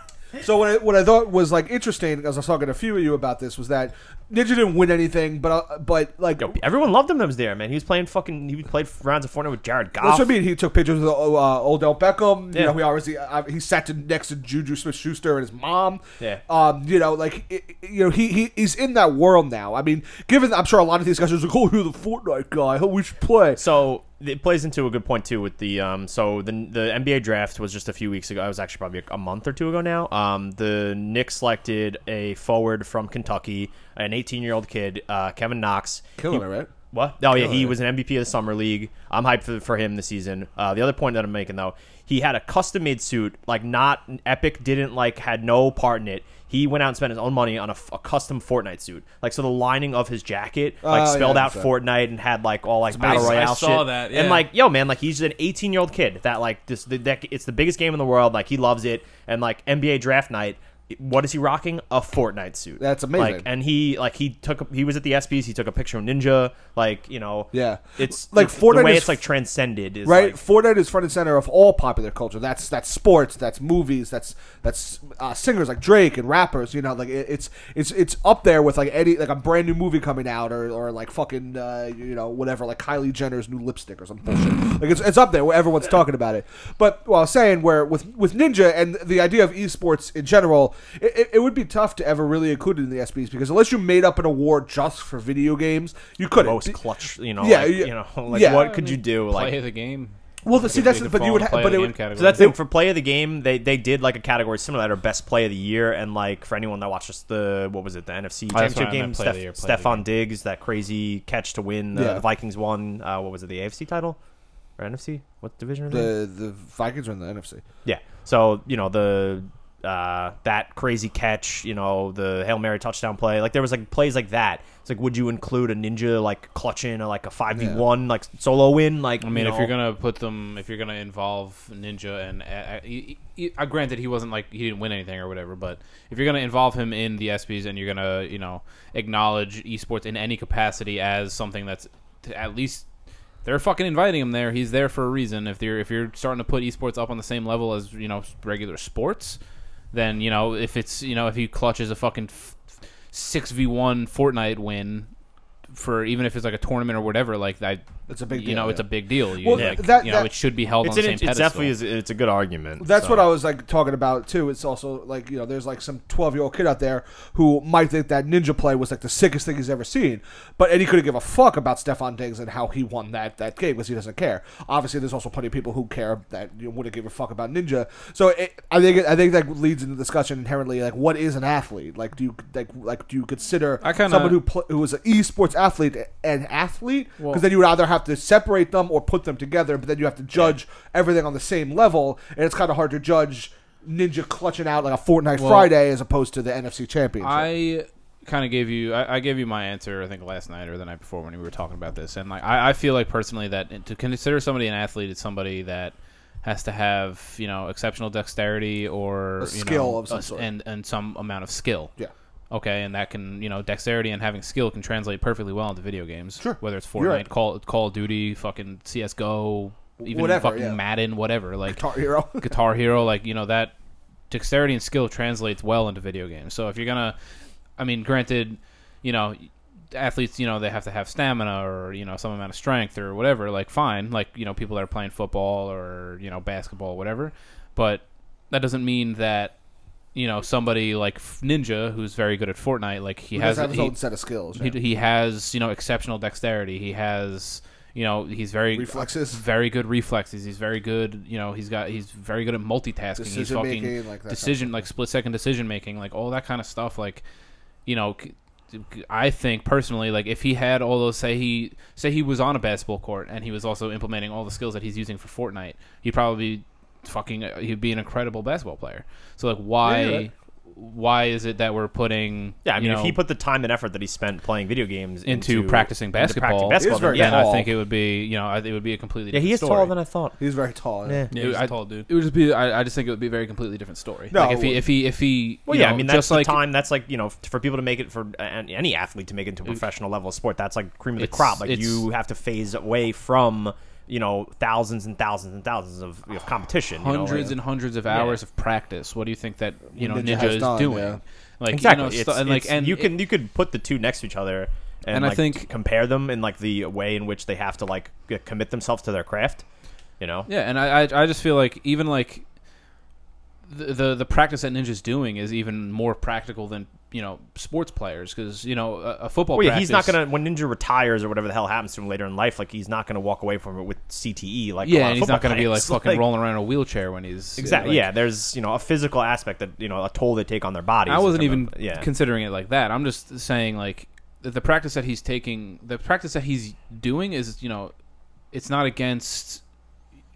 S1: So what I, what I thought was like interesting, as I was talking to a few of you about this, was that Ninja didn't win anything, but uh, but like
S2: Yo, everyone loved him. That was there, man. He was playing fucking. He played rounds of Fortnite with Jared Goff.
S1: that's what I mean. He took pictures with uh, Odell Beckham. You
S2: Yeah.
S1: know, he obviously uh, he sat to, next to Juju Smith Schuster and his mom.
S2: Yeah.
S1: Um, you know, like i i- you know, he, he he's in that world now. I mean, given I'm sure a lot of these guys are like, oh, you're the Fortnite guy. Oh, we should play.
S2: So it plays into a good point too with the um. So the the NBA draft was just a few weeks ago. It was actually probably a month or two ago now. Um, the Knicks selected a forward from Kentucky, an 18 year old kid, uh, Kevin Knox.
S1: Killing
S2: He-
S1: it, right?
S2: What? Oh yeah, he was an MVP of the summer league. I'm hyped for, for him this season. Uh, the other point that I'm making though, he had a custom made suit, like not Epic didn't like had no part in it. He went out and spent his own money on a, f- a custom Fortnite suit. Like so, the lining of his jacket like
S1: Oh, yeah,
S2: spelled
S1: I
S2: out
S1: saw.
S2: Fortnite and had like all like battle
S3: amazing. I
S2: royale
S3: saw
S2: shit.
S3: that,
S2: And
S3: yeah.
S2: like yo man, like he's an 18 year old kid that like this that, that it's the biggest game in the world. Like he loves it. And like NBA draft night, what is he rocking? A Fortnite suit.
S1: That's amazing.
S2: Like, and he like he took he was at the SBs. He took a picture of Ninja. Like you know,
S1: Yeah.
S2: it's
S1: Like,
S2: like
S1: Fortnite
S2: the way
S1: is-
S2: it's like transcended is
S1: right?
S2: like-
S1: Fortnite is front and center of all popular culture. That's that's sports, that's movies, that's that's uh, singers like Drake and rappers. You know, like it, it's it's it's up there with like any like a brand new movie coming out or or like fucking uh, you know whatever like Kylie Jenner's new lipstick or some
S2: Mm-hmm.
S1: bullshit. like it's it's up there where everyone's talking about it. But well, I was saying where with with Ninja and the idea of esports in general, it, it, it would be tough to ever really include it in the SBs because unless you made up an award just for video games, you couldn't.
S2: most clutch. You know,
S1: Yeah,
S2: like,
S1: yeah.
S2: you know, like
S1: Yeah.
S2: what could you do? Like
S4: play the game.
S1: well, the, see that's
S4: They could
S1: but you
S4: fall
S1: would
S4: in
S1: ha-
S4: play
S1: but
S4: the
S1: it
S4: game
S1: would,
S4: category.
S2: So that's it for play of the game. They they did like a category similar to that, or best play of the year, and like for anyone that watched just the what was it the NFC
S4: Oh, that's
S2: championship
S4: right, I
S2: game,
S4: meant play of the year,
S2: Steph,
S4: play of
S2: Stephon
S4: the
S2: Diggs that crazy catch to win the,
S1: Yeah.
S2: the Vikings won. Uh, what was it the AFC title or NFC? What division? Are they in?
S1: the the Vikings are in the NFC.
S2: Yeah. So you know the uh, that crazy catch, you know the hail mary touchdown play. Like there was like plays like that. It's like, would you include a ninja like clutching or like a five v one like solo win? Like
S4: I mean,
S2: you
S4: if
S2: know-
S4: you're gonna put them, if you're gonna involve Ninja and uh, he, he, uh, granted he wasn't like he didn't win anything or whatever, but if you're gonna involve him in the ESPYS and you're gonna you know acknowledge esports in any capacity as something that's to at least they're fucking inviting him there. He's there for a reason. If you're if you're starting to put esports up on the same level as you know regular sports, then you know if it's you know if he clutches a fucking six v one Fortnite win. For even if it's like a tournament or whatever, like that,
S1: It's a big
S4: you
S1: deal,
S4: know,
S1: yeah.
S4: it's a big deal. You,
S1: Well,
S4: like,
S1: that-
S4: you know,
S1: that-
S4: it should be held
S2: it's,
S4: on
S2: an,
S4: the same
S2: it's
S4: pedestal.
S2: definitely is, it's a good argument.
S1: That's
S2: so.
S1: what I was like talking about too. It's also like you know, there's like some 12 year old kid out there who might think that ninja play was like the sickest thing he's ever seen, but and he couldn't give a fuck about Stefan Diggs and how he won that that game because he doesn't care. Obviously, there's also plenty of people who care that you know, wouldn't give a fuck about ninja. So it, I think it, I think that leads into the discussion inherently like what is an athlete? Like do you like like do you consider
S4: I kinda-
S1: someone who pl- who is an esports athlete an athlete? Because
S4: Well-
S1: then you would either have to separate them or put them together, but then you have to judge everything on the same level, and it's kind of hard to judge Ninja clutching out like a Fortnite
S4: Well,
S1: Friday as opposed to the NFC Championship.
S4: I kind of gave you I, I gave you my answer I think last night or the night before when we were talking about this and like I, I feel like personally that to consider somebody an athlete is somebody that has to have you know exceptional dexterity or
S1: A
S4: you
S1: skill
S4: know,
S1: of some
S4: a s-
S1: sort.
S4: and and some amount of skill
S1: yeah,
S4: okay and that can you know dexterity and having skill can translate perfectly well into video games
S1: Sure.
S4: whether it's Fortnite
S1: You're right.
S4: Call Call of Duty fucking CS:GO even
S1: Whatever,
S4: fucking
S1: yeah.
S4: Madden whatever like
S1: Guitar Hero.
S4: Guitar Hero, like you know that dexterity and skill translates well into video games. So if you're gonna, I mean, granted, you know, athletes, you know, they have to have stamina or you know some amount of strength or whatever. Like fine, like you know, people that are playing football or you know basketball, whatever. But that doesn't mean that you know somebody like F- Ninja, who's very good at Fortnite, like he
S1: He
S4: has
S1: does have his
S4: he-
S1: own set of skills.
S4: he, he has you know exceptional dexterity. He has you know he's very
S1: Reflexes.
S4: very good reflexes. He's very good. You know he's got he's very good at multitasking. he's
S1: Decision
S4: fucking
S1: making, like that kind of
S4: decision like split second decision making, like all that kind of stuff. Like you know. c- c- I think personally, like if he had all those, say he say he was on a basketball court and he was also implementing all the skills that he's using for Fortnite, he'd probably be fucking uh, he'd be an incredible basketball player. So like, why
S1: Yeah, you're right.
S4: why is it that we're putting
S2: Yeah, I mean,
S4: you
S2: if
S4: know,
S2: he put the time and effort that he spent playing video games
S4: into practicing basketball,
S2: into practicing basketball
S1: He is very
S2: then
S4: then
S2: yeah,
S1: tall.
S4: I think it would be you know I- it would be a completely
S2: yeah,
S4: different
S2: he is
S4: story.
S2: taller than I thought.
S1: He's very tall.
S2: Yeah.
S4: Yeah, he was a
S3: tall dude.
S4: It would just be I, I just think it would be a very completely different story.
S1: No,
S4: like if
S1: it
S4: he if he if he
S2: Well,
S4: you
S2: yeah,
S4: know,
S2: I mean that's
S4: just
S2: the
S4: like
S2: time. That's like you know f- for people to make it for a- an- any athlete to make it into a professional level of sport. That's like cream of the
S4: Uh, It's-
S2: crop. Like
S4: it's-
S2: you have to phase away from you know thousands and thousands and thousands of, of competition. you know,
S4: hundreds
S2: like-
S4: and hundreds of hours of practice. What do you think that you know
S1: Ninja
S4: Ninja,
S1: has
S4: is
S1: done,
S4: doing?
S1: yeah.
S4: Like
S2: exactly.
S4: you know, stu-
S2: It's-
S4: and like
S2: it's-
S4: and
S2: you
S4: it-
S2: can you could put the two next to each other and,
S4: And I
S2: like,
S4: think-
S2: compare them in like the way in which they have to like c- commit themselves to their craft. You know,
S4: Yeah, and I, I I just feel like even like the the, the practice that Ninja's doing is even more practical than you know sports players because you know a, a football.
S2: Well, yeah,
S4: practice,
S2: he's not gonna when Ninja retires or whatever the hell happens to him later in life. Like he's not gonna walk away from it with CTE. Like a
S4: Yeah,
S2: lot
S4: and
S2: of
S4: he's not
S2: football
S4: gonna be like
S2: players.
S4: fucking rolling around in a wheelchair when he's
S2: Exactly.
S4: like-
S2: yeah, there's you know a physical aspect that you know a toll they take on their bodies.
S4: I wasn't
S2: in
S4: even
S2: terms of- yeah.
S4: considering it like that. I'm just saying like the, the practice that he's taking, the practice that he's doing is you know, it's not against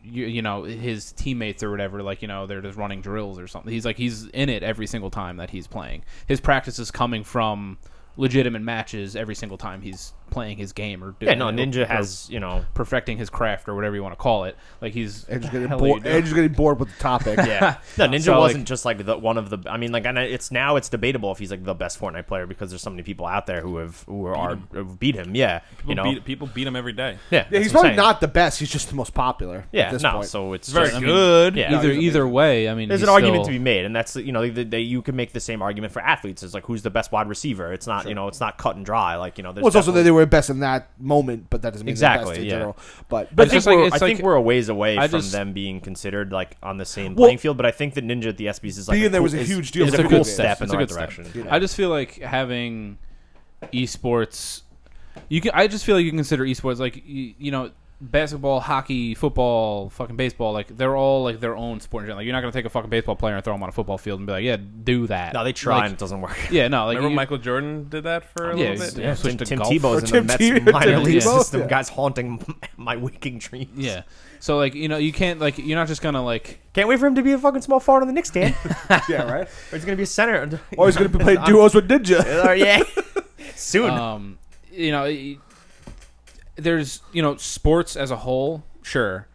S4: you, you know his teammates or whatever. Like you know they're just running drills or something. He's like he's in it every single time that he's playing. His practice is coming from legitimate matches every single time he's playing his game or
S2: yeah,
S4: doing
S2: no,
S4: or-
S2: Ninja
S4: or
S2: has you know
S4: perfecting his craft or whatever you want to call it. Like he's
S1: Edge is
S4: the
S1: getting
S4: hell are you
S1: bored.
S4: doing?
S1: Edge is getting bored with the topic.
S2: yeah. No, Ninja
S4: So, like-
S2: wasn't just like the one of the. I mean, like, and it's now it's debatable if he's like the best Fortnite player because there's so many people out there who have who are have beat him. Yeah,
S3: People
S2: you know,
S3: beat people beat him every day.
S2: yeah,
S1: Yeah, he's
S2: that's what I'm
S1: probably
S2: saying.
S1: not the best. He's just the most popular.
S2: Yeah,
S1: at this
S2: no.
S1: point.
S2: So it's
S3: Very
S2: just- I mean,
S3: good.
S2: yeah,
S4: either either way, I mean,
S2: There's
S4: he's
S2: an argument
S4: still-
S2: to be made, and that's you know they, they, you can make the same argument for athletes. It's like who's the best wide receiver? It's not you know it's not cut and dry. Like you know, there's
S1: well, it's also that
S2: definitely-
S1: they were best in that moment, but that doesn't mean they're
S2: Exactly,
S1: best in
S2: yeah.
S1: general. But
S2: But I think,
S4: It's just like-
S2: we're,
S4: it's
S2: I think
S4: like-
S2: we're a ways away
S4: I
S2: from
S4: just-
S2: them being considered like on the same
S1: Well-
S2: playing field. But I think that Ninja at the SBs is like
S1: Being
S2: a
S1: there
S2: cool-
S1: was a
S2: is-
S1: huge deal
S2: Is
S1: for
S2: a
S1: video
S2: cool
S1: games.
S2: step in
S4: It's
S2: the
S4: a
S2: right
S4: good step.
S2: direction.
S1: Yeah.
S4: I just feel like having esports. You can. I just feel like you can consider esports like you, you know basketball, hockey, football, fucking baseball. Like they're all like their own sport. in general. Like you're not gonna take a fucking baseball player and throw him on a football field and be like, yeah, do that.
S2: No, they try
S4: Like,
S2: and it doesn't work.
S4: yeah, no. Like
S3: Remember
S4: you-
S3: Michael Jordan did that for a
S4: Yeah,
S3: little
S4: he's-
S3: bit.
S4: yeah.
S2: Tim,
S4: switch to
S2: Tim
S4: golf.
S1: Or
S2: Tebow's in
S1: Tim
S2: the
S1: Te-
S2: Mets minor
S1: Tim
S2: league
S4: Tebow,
S2: system.
S1: yeah.
S2: Guys haunting my waking dreams.
S4: Yeah. So like you know you can't like you're not just gonna like
S2: Can't wait for him to be a fucking small forward on the Knicks, Dan.
S1: yeah, right.
S2: or he's gonna be a center.
S1: Or Oh, he's going to be playing duos with Ninja.
S2: Or, yeah, soon.
S4: um, you know, y- there's you know sports as a whole, sure,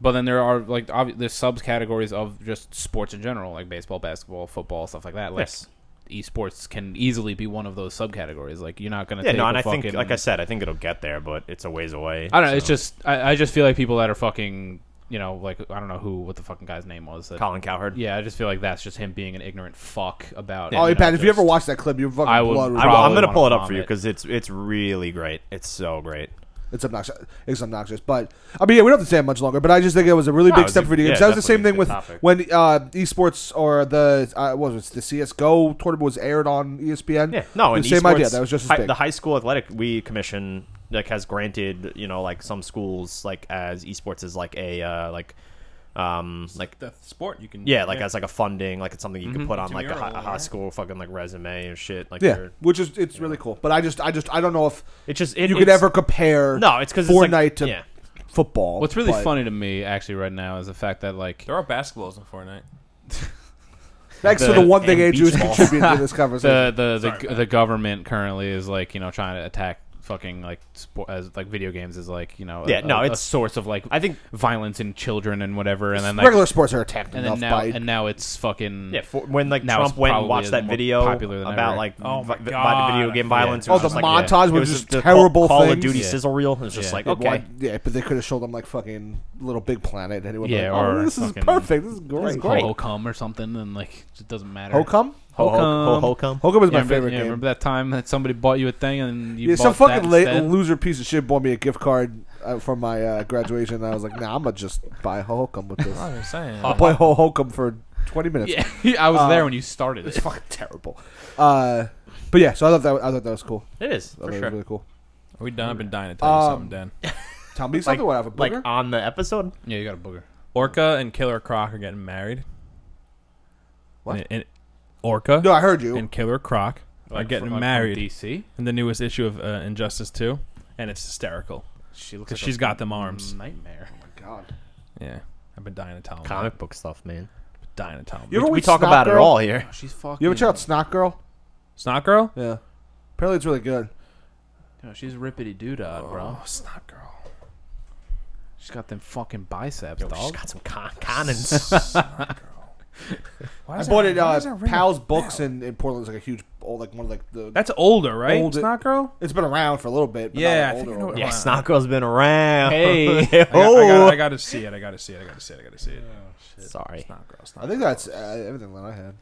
S4: but then there are like obvi- there's subcategories of just sports in general, like baseball, basketball, football, stuff like that. Like
S2: Yes.
S4: esports can easily be one of those subcategories. Like you're not gonna
S2: yeah,
S4: take
S2: no,
S4: a
S2: and I
S4: fucking, Uh,
S2: think, like I said, I think it'll get there, but it's a ways away.
S4: I don't know. It's
S2: so.
S4: just I, I just feel like people that are fucking you know like I don't know who what the fucking guy's name was. That,
S2: Colin Cowherd.
S4: Yeah, I just feel like that's just him being an ignorant fuck about.
S1: oh,
S4: you
S1: hey,
S4: know,
S1: Pat, if you
S4: just-
S1: ever watch that clip, you're fucking
S4: I would
S1: blood.
S2: I, am
S4: Probably
S2: gonna
S4: wanna
S2: pull it up for you
S4: vomit.
S2: because it's it's really great. It's so great.
S1: It's obnoxious. It's obnoxious, but I mean, yeah, we don't have to say it much longer. But I just think it was a really
S2: No,
S1: big
S2: it's
S1: step
S2: a-
S1: for video
S2: yeah,
S1: games. That was the same
S2: definitely
S1: thing with
S2: a good
S1: when uh, esports or the uh, what was it, the CS:GO tournament was aired on E ESPN.
S2: Yeah, no,
S1: the
S2: and
S1: same
S2: esports-
S1: idea. That was just as
S2: hi-
S1: big.
S2: the high school athletic we commission like has granted you know like some schools like as esports is like a uh, like um like
S3: The sport you can.
S2: yeah like as like a funding like it's something you can put on
S3: It's a
S2: like a
S3: mural,
S2: high, a high
S3: yeah.
S2: school fucking like resume or shit like
S1: yeah,
S2: you're-
S1: which is it's really cool. But I just, I just, I don't know if
S2: it's just it,
S1: you could
S2: it's-
S1: ever compare.
S2: no it's because
S1: Fortnite
S2: it's like,
S1: to Mm.
S2: yeah
S1: football.
S4: What's really
S1: but
S4: funny to me actually right now is the fact that like
S3: There are basketballs in Fortnite.
S1: Thanks to the
S2: the-
S1: one thing
S2: and
S1: Andrew has
S2: beach balls.
S1: contributed to this conversation.
S4: the the the, the government currently is like you know trying to attack fucking like sport as like video games is like you know a-
S2: Yeah, no,
S4: a, a
S2: it's-
S4: source of like
S2: I think
S4: violence in children and whatever and then like
S1: Regular sports are attacked
S4: and
S1: enough
S4: then now
S1: by
S4: and now it's fucking
S2: yeah for, when like
S4: Mm. Now
S2: Trump
S4: it's
S2: went and
S4: probably
S2: watched that
S4: more
S2: video
S4: popular than
S2: about
S4: ever.
S2: like
S3: Oh my
S2: vi- vi-
S3: God.
S2: video game
S3: Yeah.
S2: violence it
S1: Oh,
S2: was
S1: the
S2: just like,
S1: montage
S2: yeah.
S1: was
S2: It
S1: just
S2: the
S1: terrible
S2: Call, Call of
S1: things.
S2: Duty
S4: Yeah.
S2: sizzle reel it was just
S4: Yeah.
S2: like
S4: It
S2: okay
S1: Why- yeah, but they could have showed them like fucking little big planet, and it would be
S4: Yeah,
S1: like, oh,
S4: or
S1: this is
S4: fucking-
S1: perfect. This is great.
S2: great.
S4: Ho cum or something and like it doesn't matter
S1: Hokum?
S2: ho ho ho
S4: Holcomb.
S2: ho come
S1: Hokum was
S4: Yeah,
S1: my
S4: remember,
S1: favorite
S4: yeah,
S1: game.
S4: remember that time that somebody bought you a thing and you
S1: yeah, some
S4: bought that
S1: fucking la-
S4: instead?
S1: loser piece of shit bought me a gift card uh, for my uh, graduation. and I was like, nah, I'm gonna just buy Hokum with this.
S3: I'm just saying.
S1: I'll play Hokum for twenty minutes.
S4: Yeah, I was
S1: Uh,
S4: there when you started
S1: It's
S4: it.
S1: fucking terrible. Uh, but yeah, so I thought that I thought that was cool.
S2: It is.
S1: I thought that
S3: sure.
S1: was really cool.
S3: Are we done? I've been dying to tell you
S1: Um,
S3: something, Dan.
S1: Tell me something. What I have a
S2: Like
S1: booger?
S2: on the episode.
S4: Yeah, you got a booger.
S3: Orca and Killer Croc are getting married.
S1: What?
S3: And, and Orca
S1: no, I heard you.
S3: and Killer Croc are
S4: Like,
S3: getting
S4: from- like, from
S3: married
S4: DC.
S3: in the newest issue of uh, Injustice 2, and it's hysterical.
S4: She looks.
S3: 'Cause
S4: Like
S3: she's got them arms.
S4: Nightmare.
S1: oh my god.
S3: Yeah. I've been dying to tell him.
S2: Comic book stuff, man.
S3: Dying to tell him.
S1: You ever
S2: we
S1: watch
S2: talk
S1: Snot
S2: about it
S1: Girl?
S2: all here.
S4: She's fucking.
S1: You ever check out Snot Girl?
S3: Snot Girl?
S1: Yeah. Apparently, it's really good.
S4: No, she's rippity doodah, bro.
S3: Oh, Snot Girl.
S4: She's got them fucking biceps,
S2: She's
S4: dog.
S2: got some con- connons.
S3: Why
S1: I
S3: does
S1: bought it.
S3: that- why
S1: Uh,
S3: does that ring a
S1: Pal's Books in, in Portland's like a huge, old, like one of like the.
S3: That's older, right?
S1: Old-
S3: Snot Girl?
S1: it's been around for a little bit. But
S3: Yeah,
S1: not
S3: I
S1: like
S3: think I
S1: older,
S3: know what-
S1: older.
S2: yeah,
S3: Wow.
S2: Snot Girl's been around.
S4: Hey.
S3: I got, I,
S2: Oh.
S3: got, I got to see it. I got to see it. I got to see it. I got to see it.
S2: Sorry.
S3: Snot Girl. Snot
S1: I think that's uh, everything that I had.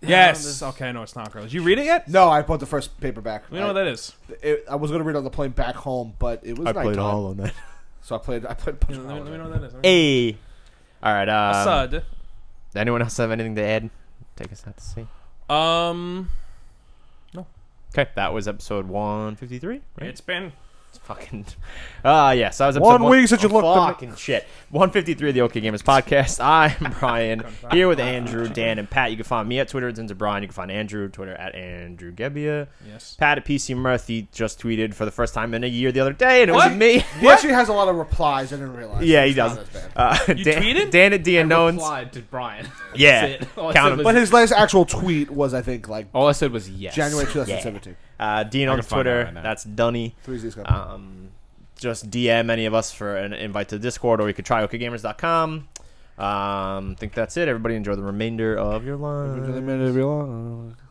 S3: Yes. Okay, no, it's Snot Girl. Did you read it yet?
S1: No, I bought the first paperback.
S3: We know what
S1: I,
S3: that is.
S1: it, I was gonna read it on the plane back home, but it was
S2: I
S1: nighttime,
S2: played Hollow Knight.
S1: so I played. I played. a bunch
S3: We
S1: of
S3: know,
S1: Hollow Knight.
S3: what that is.
S2: Hey. All right. Uh,
S3: Assad.
S2: anyone else have anything to add? Take us out to sea.
S3: Um,
S2: Okay, that was episode 153. Right?
S3: it's been
S2: It's fucking. Ah, yes, that was episode
S1: One week since you
S2: oh,
S1: looked the-
S2: Fucking shit. 153 of the OK Gamers podcast. I'm Brian here with Andrew, Dan, and Pat. You can find me at Twitter. It's into Brian. You can find Andrew on Twitter at Andrew Gebbia.
S3: yes.
S2: Pat at PC Murphy just tweeted for the first time in a year the other day, and it
S3: What?
S2: was me.
S1: He actually has a lot of replies. I didn't realize.
S2: Yeah, he
S1: It's not
S2: does.
S1: as bad.
S2: Uh, Dan,
S3: tweeted?
S2: Dan at D Knowns.
S4: Replied to Brian.
S2: Yeah,
S4: That's it. All I
S2: count
S4: said
S2: 'em.
S4: was-
S1: But his last actual tweet was, I think, like
S4: All I said was yes.
S1: January 2017.
S2: Uh, D
S4: I can
S2: Knowns
S4: find that
S2: Twitter.
S4: right now.
S2: That's Dunny.
S1: Three Z's got
S2: Um, just DM any of us for an invite to the Discord, or you could try okgamers.com. Um, think that's it. Everybody enjoy the remainder of your life.
S1: Every minute of your life.